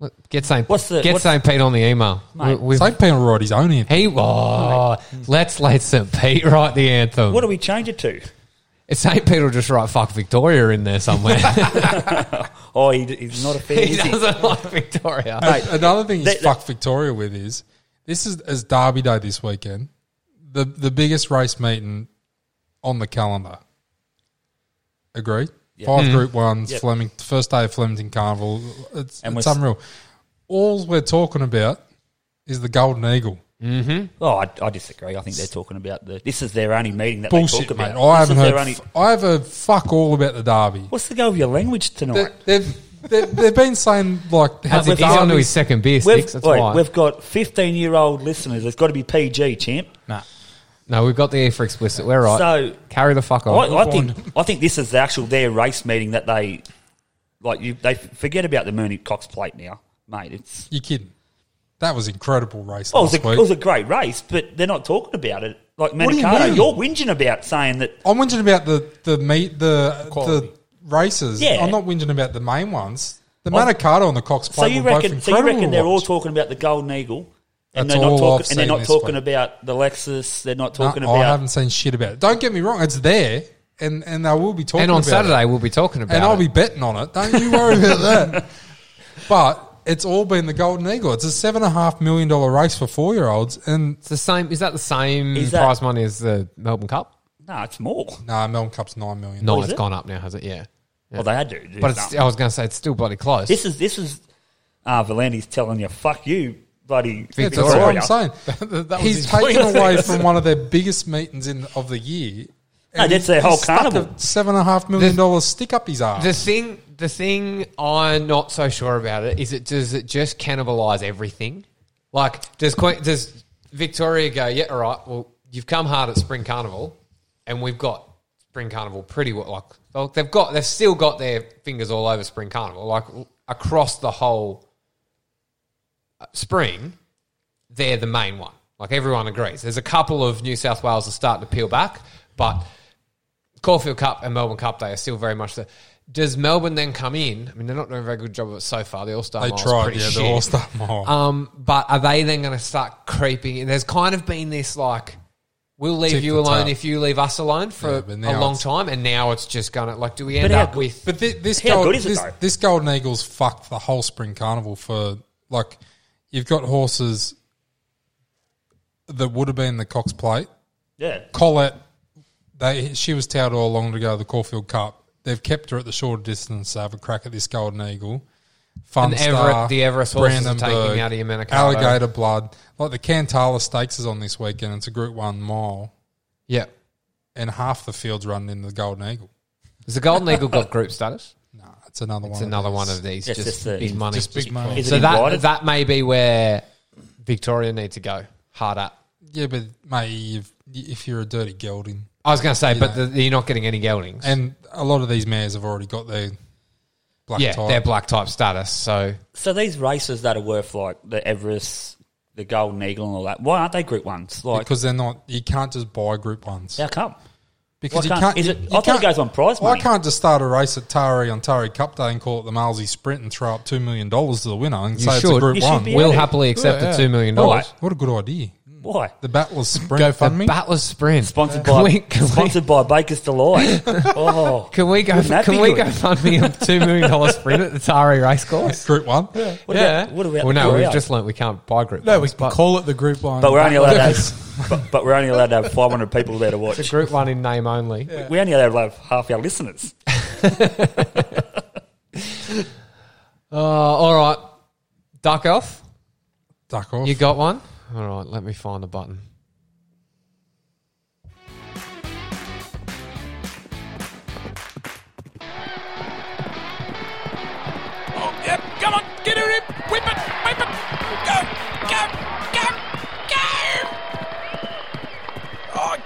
Look, Get Saint.
What's the-
get
what's-
Saint Pete on the email.
Mate.
We- we've-
St. Peter wrote his own anthem
he. Oh, let's let Saint Pete write the anthem.
What do we change it to?
It's St. Pete will just write fuck Victoria in there somewhere.
Oh, he, he's not a fan.
he
is he?
doesn't like Victoria.
Mate,
Another thing he's
That- that-
fucked Victoria with is this is as Derby Day this weekend, the the biggest race meeting on the calendar. Agree. Five Group Ones,
Yep.
Fleming, first day of Flemington Carnival. It's,
And
it's
we're s-
unreal. All we're talking about is the Golden Eagle.
Oh, I, I disagree. I think they're talking about the. This is their only meeting that they
Bullshit,
talk
mate.
about.
I
This
haven't
is their
heard.
only-
f- I have heard fuck all about the Derby.
what's the go of your language tonight?
They, they've they, they've been saying like how
That's
the
it. He's on to his
Derby's
second beer,
we've,
Sticks. That's
wait,
why.
we've got fifteen-year-old listeners. It's got to be PG, champ.
Nah.
no, we've got the E for explicit. We're right.
So
Carry the fuck on.
I, I think I think this is the actual their race meeting that they like. You they forget about the Mooney Cox Plate now, mate. It's
you kidding? That was incredible race
well, Oh, it
last
was, a,
week.
it was a great race, but they're not talking about it like
What do you
Manicato,
mean?
you are whinging about saying that.
I'm whinging about the the meat the
Quality.
the races.
Yeah.
I'm not whinging about the main ones. The
Well,
Manicato and the Cox
So
Plate
you
were
reckon?
both
So you
incredible.
reckon they're
to
all
watch.
talking about the Golden Eagle, and
That's
they're not
all
talking,
I've
and they're
seen
not
this
talking
week.
about the Lexus. They're not
No,
talking
I
about.
haven't seen shit about it. Don't get me wrong, it's there, and and I will be talking.
And on
about
Saturday,
it.
we'll be talking about
and
it.
I'll be betting on it. Don't you worry about that. But it's all been the Golden Eagle. It's a seven and a half million dollar race for four year olds, and
It's the same. Is that the same
Is that-
prize money as the Melbourne Cup?
No, it's more.
nah, Melbourne Cup's nine million.
No,
Was
it's
it?
gone up now, has it? Yeah.
Well, they had to. do
But it's,
something.
I was going to say it's still bloody close.
this is this is. Ah, Valandi's telling you, "Fuck you, bloody
That's all
Victoria."
I'm saying.
That was
He's
his
taken away from one of their biggest meetings in of the year.
No, that's their
he's
whole
stuck a
carnival.
Seven and a half million dollars stick up his ass.
the thing, the thing I'm not so sure about it is it does it just cannibalise everything? Like does Queen, does Victoria go? Yeah, all right. Well, you've come hard at Spring Carnival, and we've got Spring Carnival pretty well. Like well, they've got they've still got their fingers all over Spring Carnival, like across the whole uh, spring. they're the main one. Like everyone agrees. There's a couple of New South Wales are starting to peel back, but Caulfield Cup and Melbourne Cup Day are still very much the. Does Melbourne then come in? I mean, they're not doing a very good job of it so far. The All Star
they
Mile's
tried,
pretty
yeah,
shit.
the All Star Mile.
Um, but are they then going to start creeping? And there's kind of been this like, we'll leave
Tick
you
for
alone
tat.
if you leave us alone
Yeah,
for
but
a
now
long
it's-
time, and now it's just going to like, do we end
how
up
good-
with?
But thi- this
How
gold,
good is it,
this,
though?
this Golden Eagles fucked the whole spring carnival for like you've got horses that would have been the Cox Plate.
Yeah,
Colette, they she was touted all along to go to the Caulfield Cup. They've kept her at the shorter distance to have a crack at this Golden Eagle. Fun
And
Star,
Everett- the Everest horses are taking
Brandenburg,
out of your Manicato.
Alligator Blood, like the Cantala Stakes is on this weekend. It's a Group One mile,
Yeah,
and half the field's running into the Golden Eagle.
has the Golden Eagle got group status?
Nah, it's another
It's
one.
another
these.
one of these,
Yes,
just,
it's the-
big money,
Just big money.
is
so
it
that
invited?
that may be where Victoria need to go hard at.
Yeah, but mate, you've, if you're a dirty gelding,
I was going to say, but
know.
the, you're not getting any geldings,
and a lot of these mares have already got their black
yeah,
tie.
they're black type status. So
So these races that are worth like the Everest, the Golden Eagle, and all that, why aren't they Group Ones? Like,
because they're not. You can't just buy Group Ones.
how come?
Because
Why
you
can't-
can't.
is
you-
it-
you
I thought it
can't-
goes on prize money.
I can't just start a race at Tari on Tari Cup Day and call it the Malsey Sprint and throw up two million dollars to the winner and
You
say it's
should.
a Group
You should
One.
be-
we'll
Yeah.
happily accept
Yeah,
the
yeah.
two million
All
dollars.
right.
What a good idea!
Why?
The Battler's Sprint.
Go fund me.
Battler's sprint
Sponsored
Can
by
we- can we-
sponsored by Baker's Delight. oh,
Can we go?
Wouldn't that
Can
be
we
good?
go fund me a two million dollar sprint at the Tari race course?
Group One.
What about- what about
well, no,
Gloria?
we've just learnt we can't buy group.
No, we
ones,
can
but
call it the group line.
but we're only allowed to have, but, but we're only allowed to have five hundred people there to
it's a
watch.
group one in name only.
We only allowed to have half our listeners.
Uh, all right, duck off.
Duck off.
You got one? All right, let me find the button.
Oh,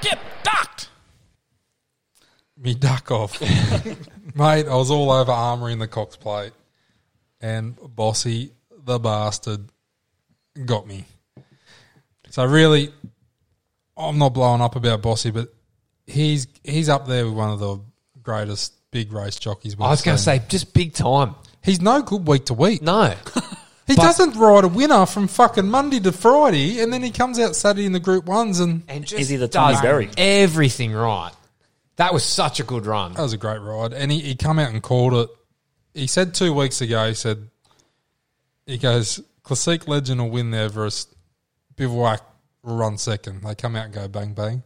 me duck off. Mate, I was all over armour in the Cox plate. And Bossy, the bastard, got me. So really, I'm not blowing up about Bossy, but he's he's up there with one of the greatest big race jockeys.
I was going
to
to say just big time.
he's no good week to week.
No,
he doesn't ride a winner from fucking Monday to Friday, and then he comes out Saturday in the Group Ones, and
and just
Is he the Tommy
does
Berry?
everything right. That was such a good run.
That was a great ride, and he, he come out and called it. He said two weeks ago. He said, "He goes Classic Legend will win the Everest. Bivouac will run second. They come out and go bang bang."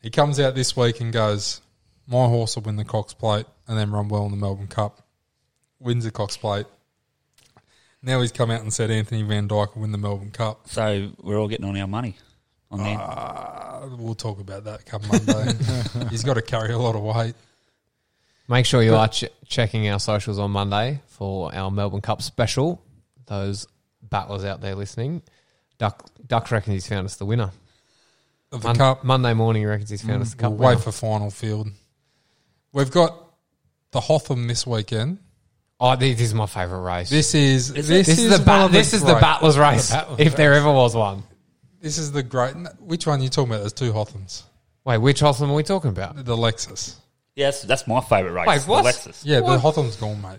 He comes out this week and goes, "My horse will win the Cox Plate and then run well in the Melbourne Cup." Wins the Cox Plate. Now he's come out and said Anthony Van Dyke will win the Melbourne Cup.
So we're all getting on our money. On there.
Uh, We'll talk about that come Monday. he's got to carry a lot of weight.
Make sure you are ch- checking our socials on Monday for our Melbourne Cup special. Those battlers out there listening, Duck Duck reckons he's found us the winner.
Of the
Mon-
cup,
Monday morning, he reckons he's found us the cup
We'll wait
winner.
for final field. We've got the Hotham this weekend.
oh, this is my favourite race.
This is,
Is it?
this,
This is,
is
the
one
ba-
of
this is the
great-
battlers race, if there ever was one.
This is the great. Which one are you talking about? There's two Hothams.
Wait, which Hotham are we talking about?
The Lexus.
Yes, that's my favourite race.
Wait, what?
The Lexus.
Yeah,
What?
the Hotham's gone, mate.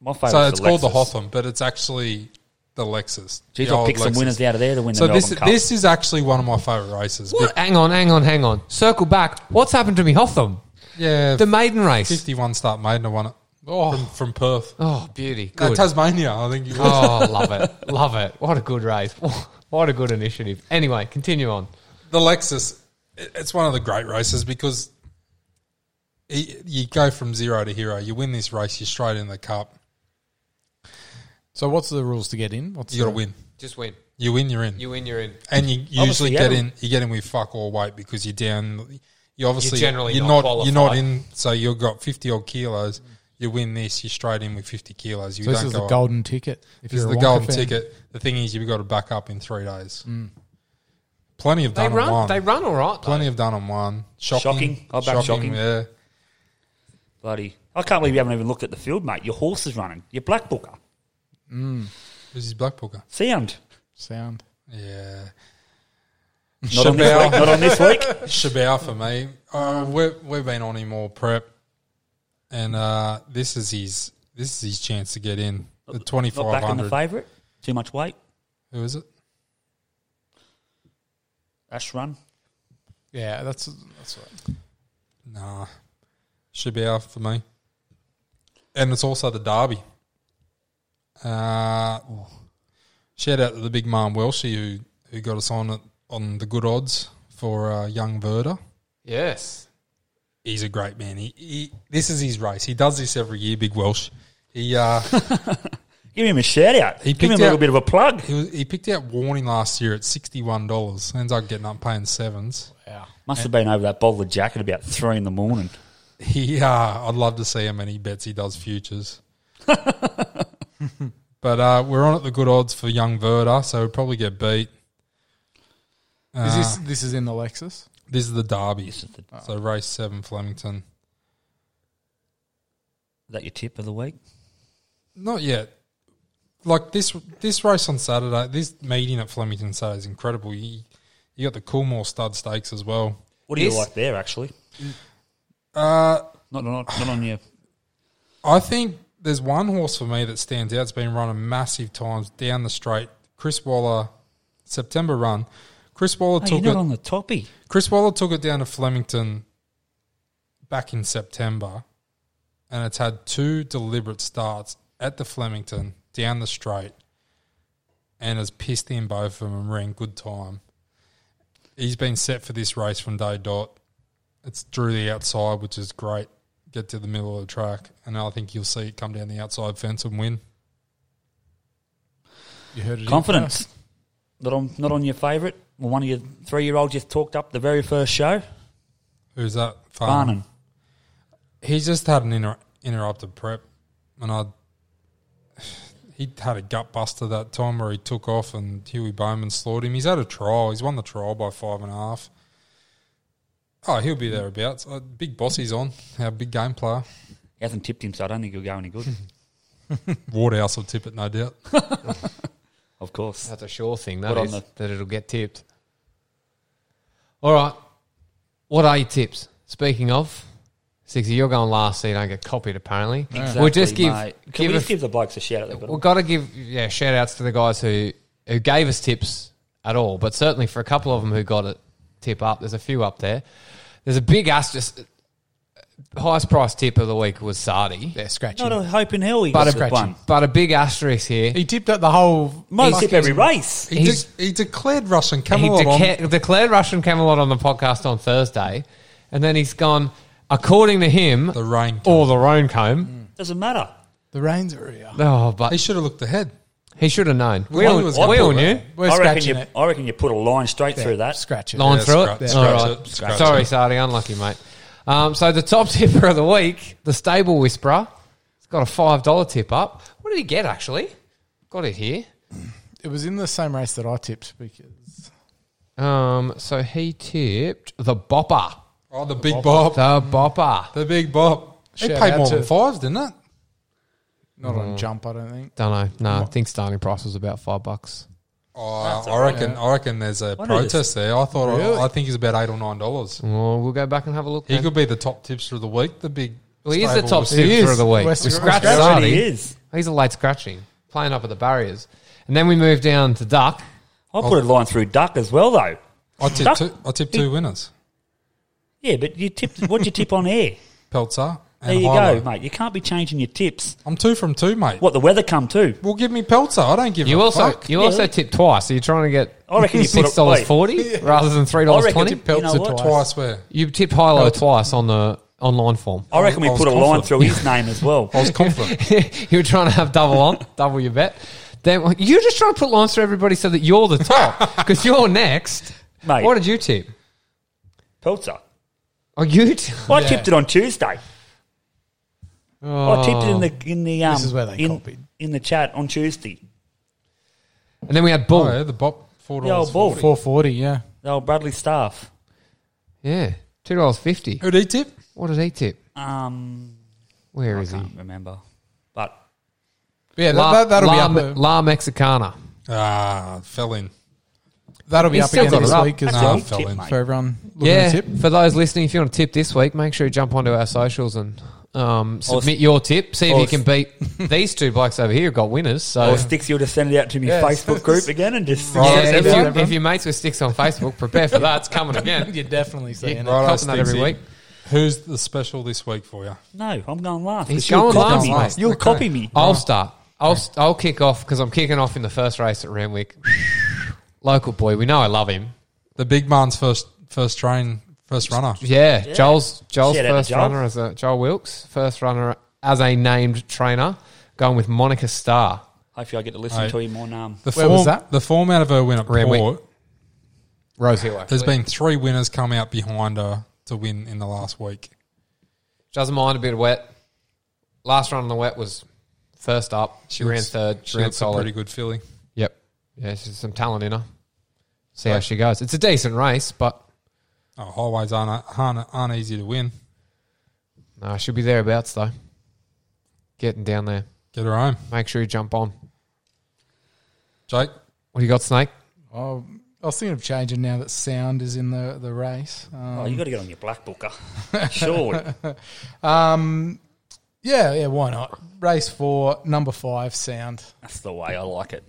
My favourite.
so it's
the
called the
Lexus.
Hotham, but it's actually the Lexus.
Geez,
The
I'll
old
pick some
Lexus.
winners out of there to win
So
the
this
Melbourne Cup.
this is actually one of my favorite races.
What? Hang on, hang on, hang on. Circle back. What's happened to me Hotham?
But- yeah,
The maiden race.
fifty-one start maiden. I won it from, from Perth,
Oh, beauty.
no,
Good.
Tasmania. I think you won.
Oh, love it. Love it. What a good race. What a good initiative. Anyway, continue on.
the Lexus. it- It's one of the great races because y- you go from zero to hero. You win this race, you're straight in the cup.
So what's the rules to get in? What's
You got to
the-
win.
Just win.
You win, you're in.
You win, you're in.
and you usually
Obviously, yeah.
get in. You get in with fuck all weight because you're down. You obviously
You're generally
you're
not
not,
qualified.
you're not in. So you've got fifty odd kilos. You win this, you're straight in with fifty kilos. You
So this
don't
is
go
the
up.
golden ticket. If
This is
you're a
the
Wonka
golden
fan. Mm.
ticket. The thing is, you've got to back up in three days. Plenty have
They
done on
run.
one.
They run all right.
Plenty have done on one. Shocking.
Shocking. I back shocking.
Yeah.
Bloody. I can't believe you haven't even looked at the field, mate. Your horse is running. Your black booker.
Who's his black booker?
Sound.
Sound.
Yeah.
Not on this
Chabal.
week. Not on this week.
Shabao for me. Uh, we've we've been on him all prep, and uh, this is his this is his chance to get in the twenty
Not
five
back in the
hundred.
favourite. Too much weight.
Who is it?
Ash run.
Yeah, that's that's right.
Nah, Shabao for me. And it's also the derby. Uh, Shout out to the big man Welshie who who got us on it on the good odds for uh, young Verda.
Yes.
he's a great man. He, he this is his race. He does this every year, Big Welsh. He uh,
Give him a shout out.
He
Give him
picked
a little
out-
bit of a plug.
he, was, he picked out Warning last year at sixty one dollars. Ends up getting up paying sevens.
Must have been over that bottle of jacket about three in the morning.
He uh, I'd love to see how many bets he does futures. but uh, we're on at the good odds for young Verda, so he'll probably get beat.
Is
Uh,
this this is in the Lexus?
This is the derby.
This is the-
So race seven, Flemington.
Is that your tip of the week?
Not yet. Like this this race on Saturday, this meeting at Flemington Saturday is incredible. You, you got the Coolmore Stud Stakes as well.
What do you
This-
like there, actually?
Uh,
Not, not, not on your.
I think there's one horse for me that stands out. It's been running massive times down the straight. Chris Waller, September run. Chris Waller
Oh, you're
took
not
it.
on the toppy.
Chris Waller took it down to Flemington back in September, and it's had two deliberate starts at the Flemington down the straight, and has pissed in both of them and ran good time. He's been set for this race from day dot. It's drew the outside, which is great. Get to the middle of the track, and I think you'll see it come down the outside fence and win.
You heard it. here
Confidence. Not on, not on your favourite. Well, one of your three year olds just talked up the very first show.
Who's that?
Ah.
Farnham.
Barnum.
he's just had an inter- interrupted prep, and I he had a gut buster that time where he took off and Huey Bowman slaughtered him. He's had a trial. He's won the trial by five and a half. Oh, he'll be thereabouts. Uh, big Bossy's on. Our big game player.
He hasn't tipped him, so I don't think he'll go any good.
Wardhouse will tip it, no doubt.
of course.
That's a sure thing,
Put
that
on
is,
the-
that it'll get tipped. All right. What are your tips? Speaking of, Sixy, you're going last, so you don't get copied, apparently. We'll just give,
mate. Can
give
we
a
just give the blokes a shout out? They've got
We've got to give yeah shout outs to the guys who who gave us tips at all, but certainly for a couple of them who got a tip up. There's a few up there. There's a big asterisk. Highest price tip of the week was Sardi,
Yeah, scratchy.
Not a hope in hell he
but
got
a,
one.
but a big asterisk here.
he tipped up the whole.
Mate, tip every race.
He,
He's-
de- he declared Russian
He
Camelot on.
deca- declared Russian Camelot on the podcast on Thursday, and then he's gone. According to him,
The rain.
or the roan comb.
Doesn't matter.
The rains are here.
Oh,
He
but
should have looked ahead.
he should have known. We
Well,
all,
he was
we
gonna
all
do
knew.
it.
We're
I reckon
scratching
you.
it.
I reckon you put a line straight through that.
Scratch it.
Line
Yeah,
through it.
scratch-
All
scratch
right.
it, scratch
Sorry,
it.
Sardi, unlucky, mate. Um, so the top tipper of the week, the stable whisperer, it's got a five dollar tip up. What did he get actually? Got it here.
It was in the same race that I tipped because
Um, so he tipped the bopper.
Oh, the big bop.
The bopper.
The big bop. He
Shout
paid
out
more
to-
than fives, didn't it? Mm.
not on jump. I don't think.
Don't know. No, I think starting price was about five bucks.
Oh,
That's
I
all right.
reckon. I reckon there's a
Why not
protest
just-
there. I thought.
Really?
I, I think he's about eight or nine dollars.
Well, we'll go back and have a look.
He
then.
could be the top tipster of the week. The big.
well, he is the
stable
top
was-
He
sifter
is.
of the week.
West-
we scratched
That's
West-
what
Sardi.
he is.
He's a late scratching, playing up at the barriers. And then we move down to Duck.
I put a line through Duck as well, though.
I tipped.
Duck.
Two, I tipped two winners.
Yeah, but you tipped. What'd you tip on air?
Peltzer. And
There you
Hilo.
go, mate. You can't be changing your tips.
I'm two from two, mate.
What the weather come to?
Well, give me Peltzer. I don't give
You
a
also
fuck.
you
Yeah.
also tipped twice, so you're trying to get
I reckon you put
six
it-
dollars
wait.
forty rather than three dollars
reckon
twenty.
you put- You know what?
twice where
You tipped high low twice on the online form.
I reckon we
I was
put a line
confident.
through his name as well.
I was confident.
you were trying to have double on, double your bet. Then you're just trying to put lines through everybody so that you're the top because you're next.
Mate.
What did you tip?
Peltzer.
Oh, you. T-
I
Yeah.
tipped it on Tuesday. I tipped it in the in the um,
This is where they
in,
copied.
in the chat on Tuesday.
and then we had Bull.
Oh, yeah, the bop four
The
dollars.
old ball.
Four forty, yeah.
The old Bradley staff.
Yeah, two dollars fifty.
Who'd he tip?
What did he tip?
Um,
Where
I
is
can't remember. But
But yeah,
he? La,
that, that, will
La,
be up.
La Mexicana.
Ah, fell in.
that'll be
He's
up
still
again
got
this
it up.
week as
That's
Nah,
a
well
big
fell
tip,
in.
mate.
for everyone. Looking
yeah,
to tip.
for those listening, if you want to tip this week, make sure you jump onto our socials and um, submit
s-
your tip. See if
or
you
s-
can beat these two blokes over here. who Got winners. So
Or Sticks, you'll just send it out to me
Yeah,
Facebook
it's-
group again and just
Right.
yeah,
Yeah,
if,
yeah,
you,
everyone.
if your mates with sticks on Facebook, prepare for that. It's coming again.
You're definitely seeing
Yeah,
it.
Righto,
popping that every
Stixy.
week.
Who's the special this week for you?
No, I'm going last.
He's
'cause you'll
going
copy
last,
me.
mate.
You'll
Okay.
copy me.
I'll start. I'll I'll kick off because I'm kicking off in the first race at Ramwick. Local boy, we know I love him.
The big man's first first train first runner.
Yeah, Joel's Joel's
Shout out to
first
Joel.
runner as a Joel Wilkes, first runner as a named trainer, going with Monica Starr.
Hopefully, I get to listen
Right.
to him on. Um,
The
Where was
form-
that?
The form out of her win at
Ramwick.
Port.
Rose Hill. Actually.
There's been three winners come out behind her to win in the last week.
doesn't mind a bit of wet. Last run on the wet was first up. She, ran
looks-
third. She
She
ran
looks a
solid.
pretty good filly.
Yep. Yeah, she's some talent in her. See how she goes. It's a decent race, but
Oh, highways aren't, aren't aren't easy to win.
no, she'll be thereabouts though. Getting down there.
Get her home,
Make sure you jump on.
Jake.
What do you got, Snake?
Oh, I was thinking of changing now that sound is in the the race. Um,
oh, you got to get on your black booker. Surely.
um, yeah, yeah, why not? Race four, number five, sound.
That's the way I like it.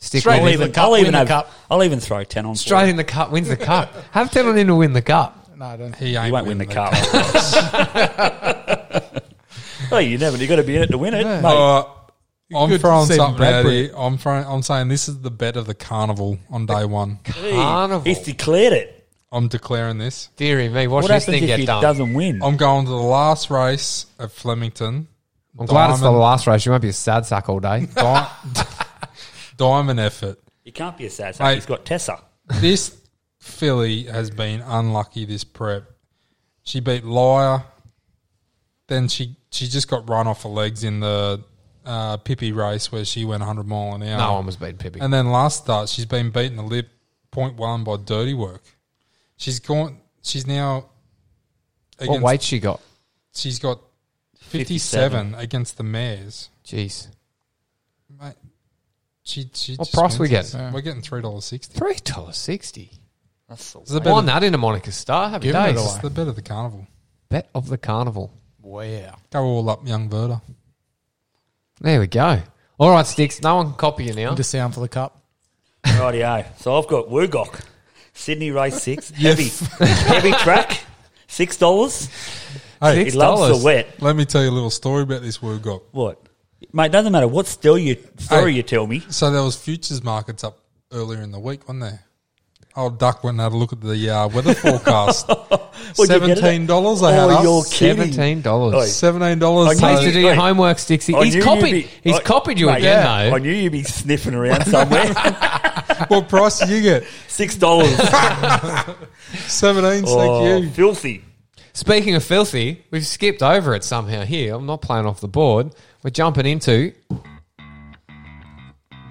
Stick
Straight
with
I'll
in
it.
the
even,
cup,
I'll,
win
even
the
have,
cup.
I'll even throw 10 on. for
Straight in the cup wins the cup. Have ten on in to win the cup.
No, I don't.
He ain't
it. You won't win the
winning
cup. well, you never. you got to be in it to win it.
Yeah.
mate.
Uh, I'm
Good
throwing
Stephen
something out
Bradbury.
here. I'm throwing, I'm saying this is the bet of the carnival on day one.
Gee,
Carnival.
He's declared it.
I'm declaring this.
Deary me, watch
What happens
this thing
if
get
he
done.
doesn't win?
I'm going to the last race at Flemington.
I'm glad it's the
Diamond-
last race. You won't be a sad sack all day.
Di- diamond effort.
He can't be a sad
Mate.
sack. He's got Tessa.
This filly has been unlucky this prep. She beat Liar, then she she just got run off her legs in the uh, Pippi race where she went 100 mile an hour.
no one was beating Pippi.
And then last start, she's been beaten the lip point one by Dirty Work. She's gone. She's now.
What
Against,
weight she got?
She's got fifty-seven against the mares.
Jeez.
Mate, she, she
What
just
price we
wins this.
getting?
We're getting three dollars sixty.
Three dollars sixty.
That's the
It's the
way.
bet,
Won
of,
that in a Monica Star. Happy
Giving it
days.
it's the bet of the carnival.
Bet of the carnival.
Wow.
Go all up, young Verda.
There we go. All right, sticks. No one can copy you now.
Into sound for the cup.
Rightio. So I've got Wugok, Sydney race six, heavy, heavy track, six dollars.
Hey,
Six
He loves
dollars.
the wet.
let me tell you a little story about this Wugok.
What, mate? Doesn't matter what still you story
Hey.
you tell me.
So there was futures markets up earlier in the week, wasn't there? Old Duck went and had a look at the uh, weather forecast.
What'd you get it at?
Seventeen dollars. I had
Oh,
up.
you're kidding.
Seventeen dollars.
Seventeen dollars.
I
Take
knew
to
you-
do your
mate,
homework, Stixy.
I
He's
knew you'd
copied.
be-
he's
I-
copied you
mate,
again,
yeah.
though.
I knew you'd be sniffing around somewhere.
what price did you get?
Six dollars.
Seventeen.
Oh,
Thank you.
filthy.
Speaking of filthy, we've skipped over it somehow. Here, I'm not playing off the board. We're jumping into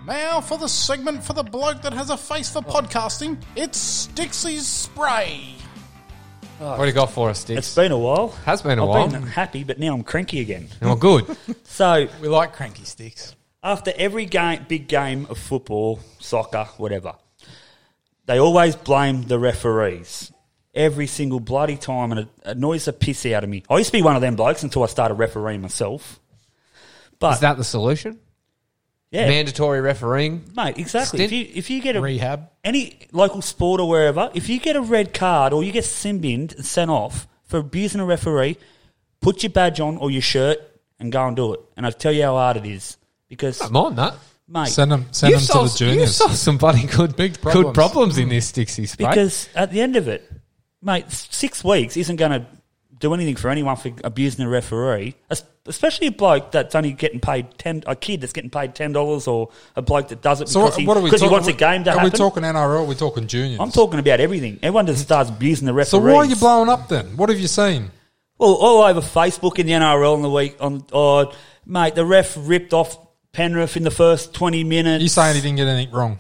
Now for the segment for the bloke that has a face for podcasting, it's Stixie's Spray.
what do you got for us,
It's
Sticks?
been a while.
Has been a
I've
while.
been happy, but now I'm cranky again.
Well, good.
So
We like cranky sticks.
After every game, big game of football, soccer, whatever, they always blame the referees. Every single bloody time, and it annoys the piss out of me. I used to be one of them blokes until I started refereeing myself. But
Is that the solution?
yeah,
Mandatory refereeing.
mate, exactly. If you if you get a
Rehab.
any local sport or wherever, if you get a red card or you get simbined and sent off for abusing a referee, put your badge on or your shirt and go and do it. And I tell you how hard it is because,
I'm on that.
mate,
Send them, send them to the
solved- you
juniors.
solved some bloody good,
Big
good
problems.
problems in this Dixie space.
because at the end of it, mate, s- six weeks isn't going to do anything for anyone for abusing a referee, es- especially a bloke that's only getting paid ten, a kid that's getting paid ten dollars, or a bloke that does it because
So what,
he,
what are we
because he
talking?
wants a game to
are
happen.
we talking NRL? Are we talking juniors?
I'm talking about everything. Everyone that starts abusing the referees.
So why are you blowing up then? What have you seen?
Well, all over Facebook in the NRL in the week on, oh, mate, the ref ripped off Penrith in the first 20 minutes.
You saying he didn't get anything wrong?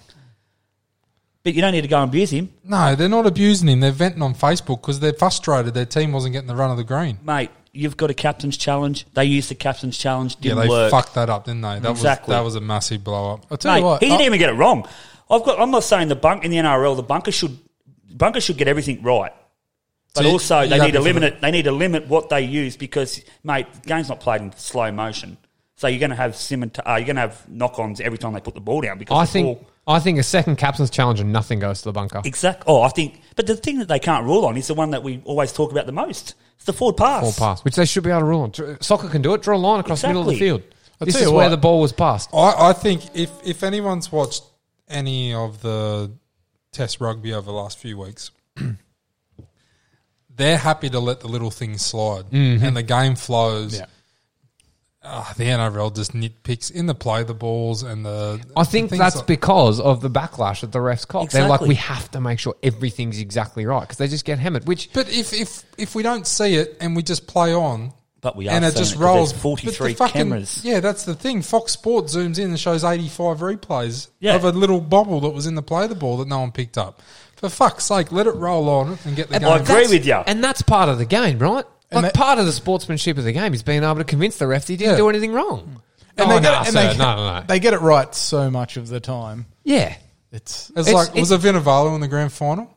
But you don't need to go and abuse him.
No, they're not abusing him. They're venting on Facebook because they're frustrated. Their team wasn't getting the run of the green.
Mate, you've got a captain's challenge. They used the captain's challenge. Didn't
yeah, they
work.
fucked that up, didn't they? That
Exactly.
was that was a massive blow up.
I'll tell
Mate,
you what.
he didn't
I-
even get it wrong. I've got, I'm not saying the bunk in the NRL, the bunker should, bunker should get everything right. But
So you-
also,
you
they need
happy
to
for
limit
them?
it. They need to limit what they use because, mate, the game's not played in slow motion. So you're going to have sim and uh, you're going to have knock-ons every time they put the ball down. Because
I
the
think
ball-
I think a second captain's challenge and nothing goes to the bunker.
Exactly. Oh, I think. But the thing that they can't rule on is the one that we always talk about the most. It's the forward pass.
Or pass, which they should be able to rule on. Dr- Soccer can do it. Draw a line across the middle of the
Exactly.
field.
I'll
this
tell
is
you
where
what.
the ball was passed.
I, I think if if anyone's watched any of the Test rugby over the last few weeks, they're happy to let the little things slide
Mm-hmm.
and the game flows.
Yeah.
Ah, the NRL just nitpicks in the play the balls and the.
I think
the things
that's
like-
because of the backlash that the refs caught. They're like,
Exactly.
we have to make sure everything's exactly right because they just get hammered. Which
But if if if we don't see it and we just play on,
But we are
and it
seeing
just
it 'cause
rolls
there's
but
43
the fucking-
cameras.
Yeah, that's the thing. Fox Sports zooms in and shows eighty five replays
Yeah.
of a little bobble that was in the play the ball that no one picked up. For fuck's sake, let it roll on and get the
And
game.
I agree
that's-
with you.
and that's part of the game, right? Like
And that-
part of the sportsmanship of the game is being able to convince the ref he didn't
Yeah.
do anything wrong.
And
oh,
they get
nah,
it- and
sir,
they get-
no, no, no.
They get it right so much of the time.
yeah,
It's
It's,
It's-
like was it
it's-
Vinavalo in the grand final?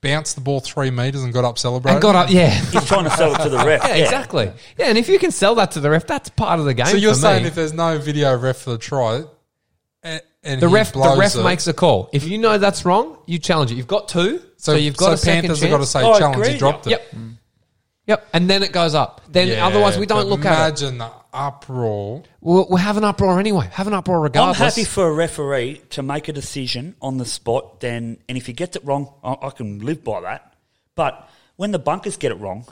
Bounced the ball three meters and got up celebrating.
and got up. Yeah,
He's trying to sell it to the ref.
yeah, exactly. Yeah, and if you can sell that to the ref, that's part of the game.
So you're
for
saying
me.
if there's no video ref for the try, and, and
the
he
ref, the
blows
ref
it-
makes a call. If you know that's wrong, you challenge it. You've got two, so, you've got a second
Panthers have got
chance.
to say
Oh, I
challenge.
agree.
He dropped it.
Yep. Yep, and then it goes up. Then
Yeah,
otherwise we don't
but
look at it.
Imagine the uproar.
We'll, we'll have an uproar anyway. Have an uproar
I'm
regardless.
happy for a referee to make a decision on the spot. Then, and if he gets it wrong, I, I can live by that. But when the bunkers get it wrong,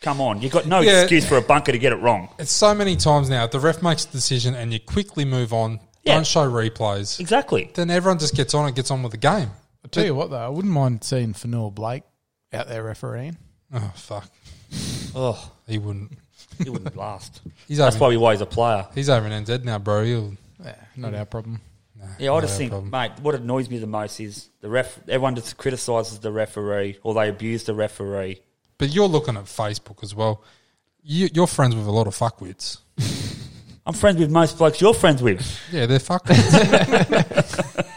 come on, you've got no
Yeah.
excuse for a bunker to get it wrong.
It's so many times now. If the ref makes a decision and you quickly move on,
Yeah.
don't show replays,
Exactly.
then everyone just gets on and gets on with the game.
I'll tell you what though, I wouldn't mind seeing Fanua Blake out there refereeing.
Oh fuck,
Oh,
he wouldn't.
he wouldn't last.
He's
That's
over.
why we why he's a player.
he's over in NZ now, bro. He'll,
Yeah, not our problem.
Yeah, I just
No
think,
problem.
mate, what annoys me the most is the ref. Everyone just criticises the referee or they abuse the referee.
but you're looking at Facebook as well. You, you're friends with a lot of fuckwits.
I'm friends with most blokes you're friends with.
Yeah, they're fuckwits.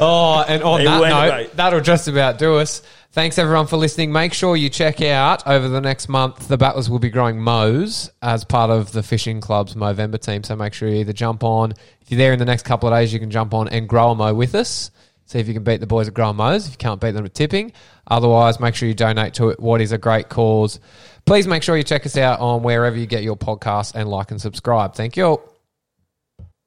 Oh, and on
They
that
went
note,
away.
that'll just about do us. Thanks everyone for listening. Make sure you check out over the next month. The Battlers will be growing Mo's as part of the fishing club's Movember team. So make sure you either jump on. If you're there in the next couple of days, you can jump on and grow a Mo with us. See if you can beat the boys at Grow a Mo's. If you can't beat them at tipping, otherwise make sure you donate to it. What is a great cause. Please make sure you check us out on wherever you get your podcasts and like and subscribe. Thank you. all.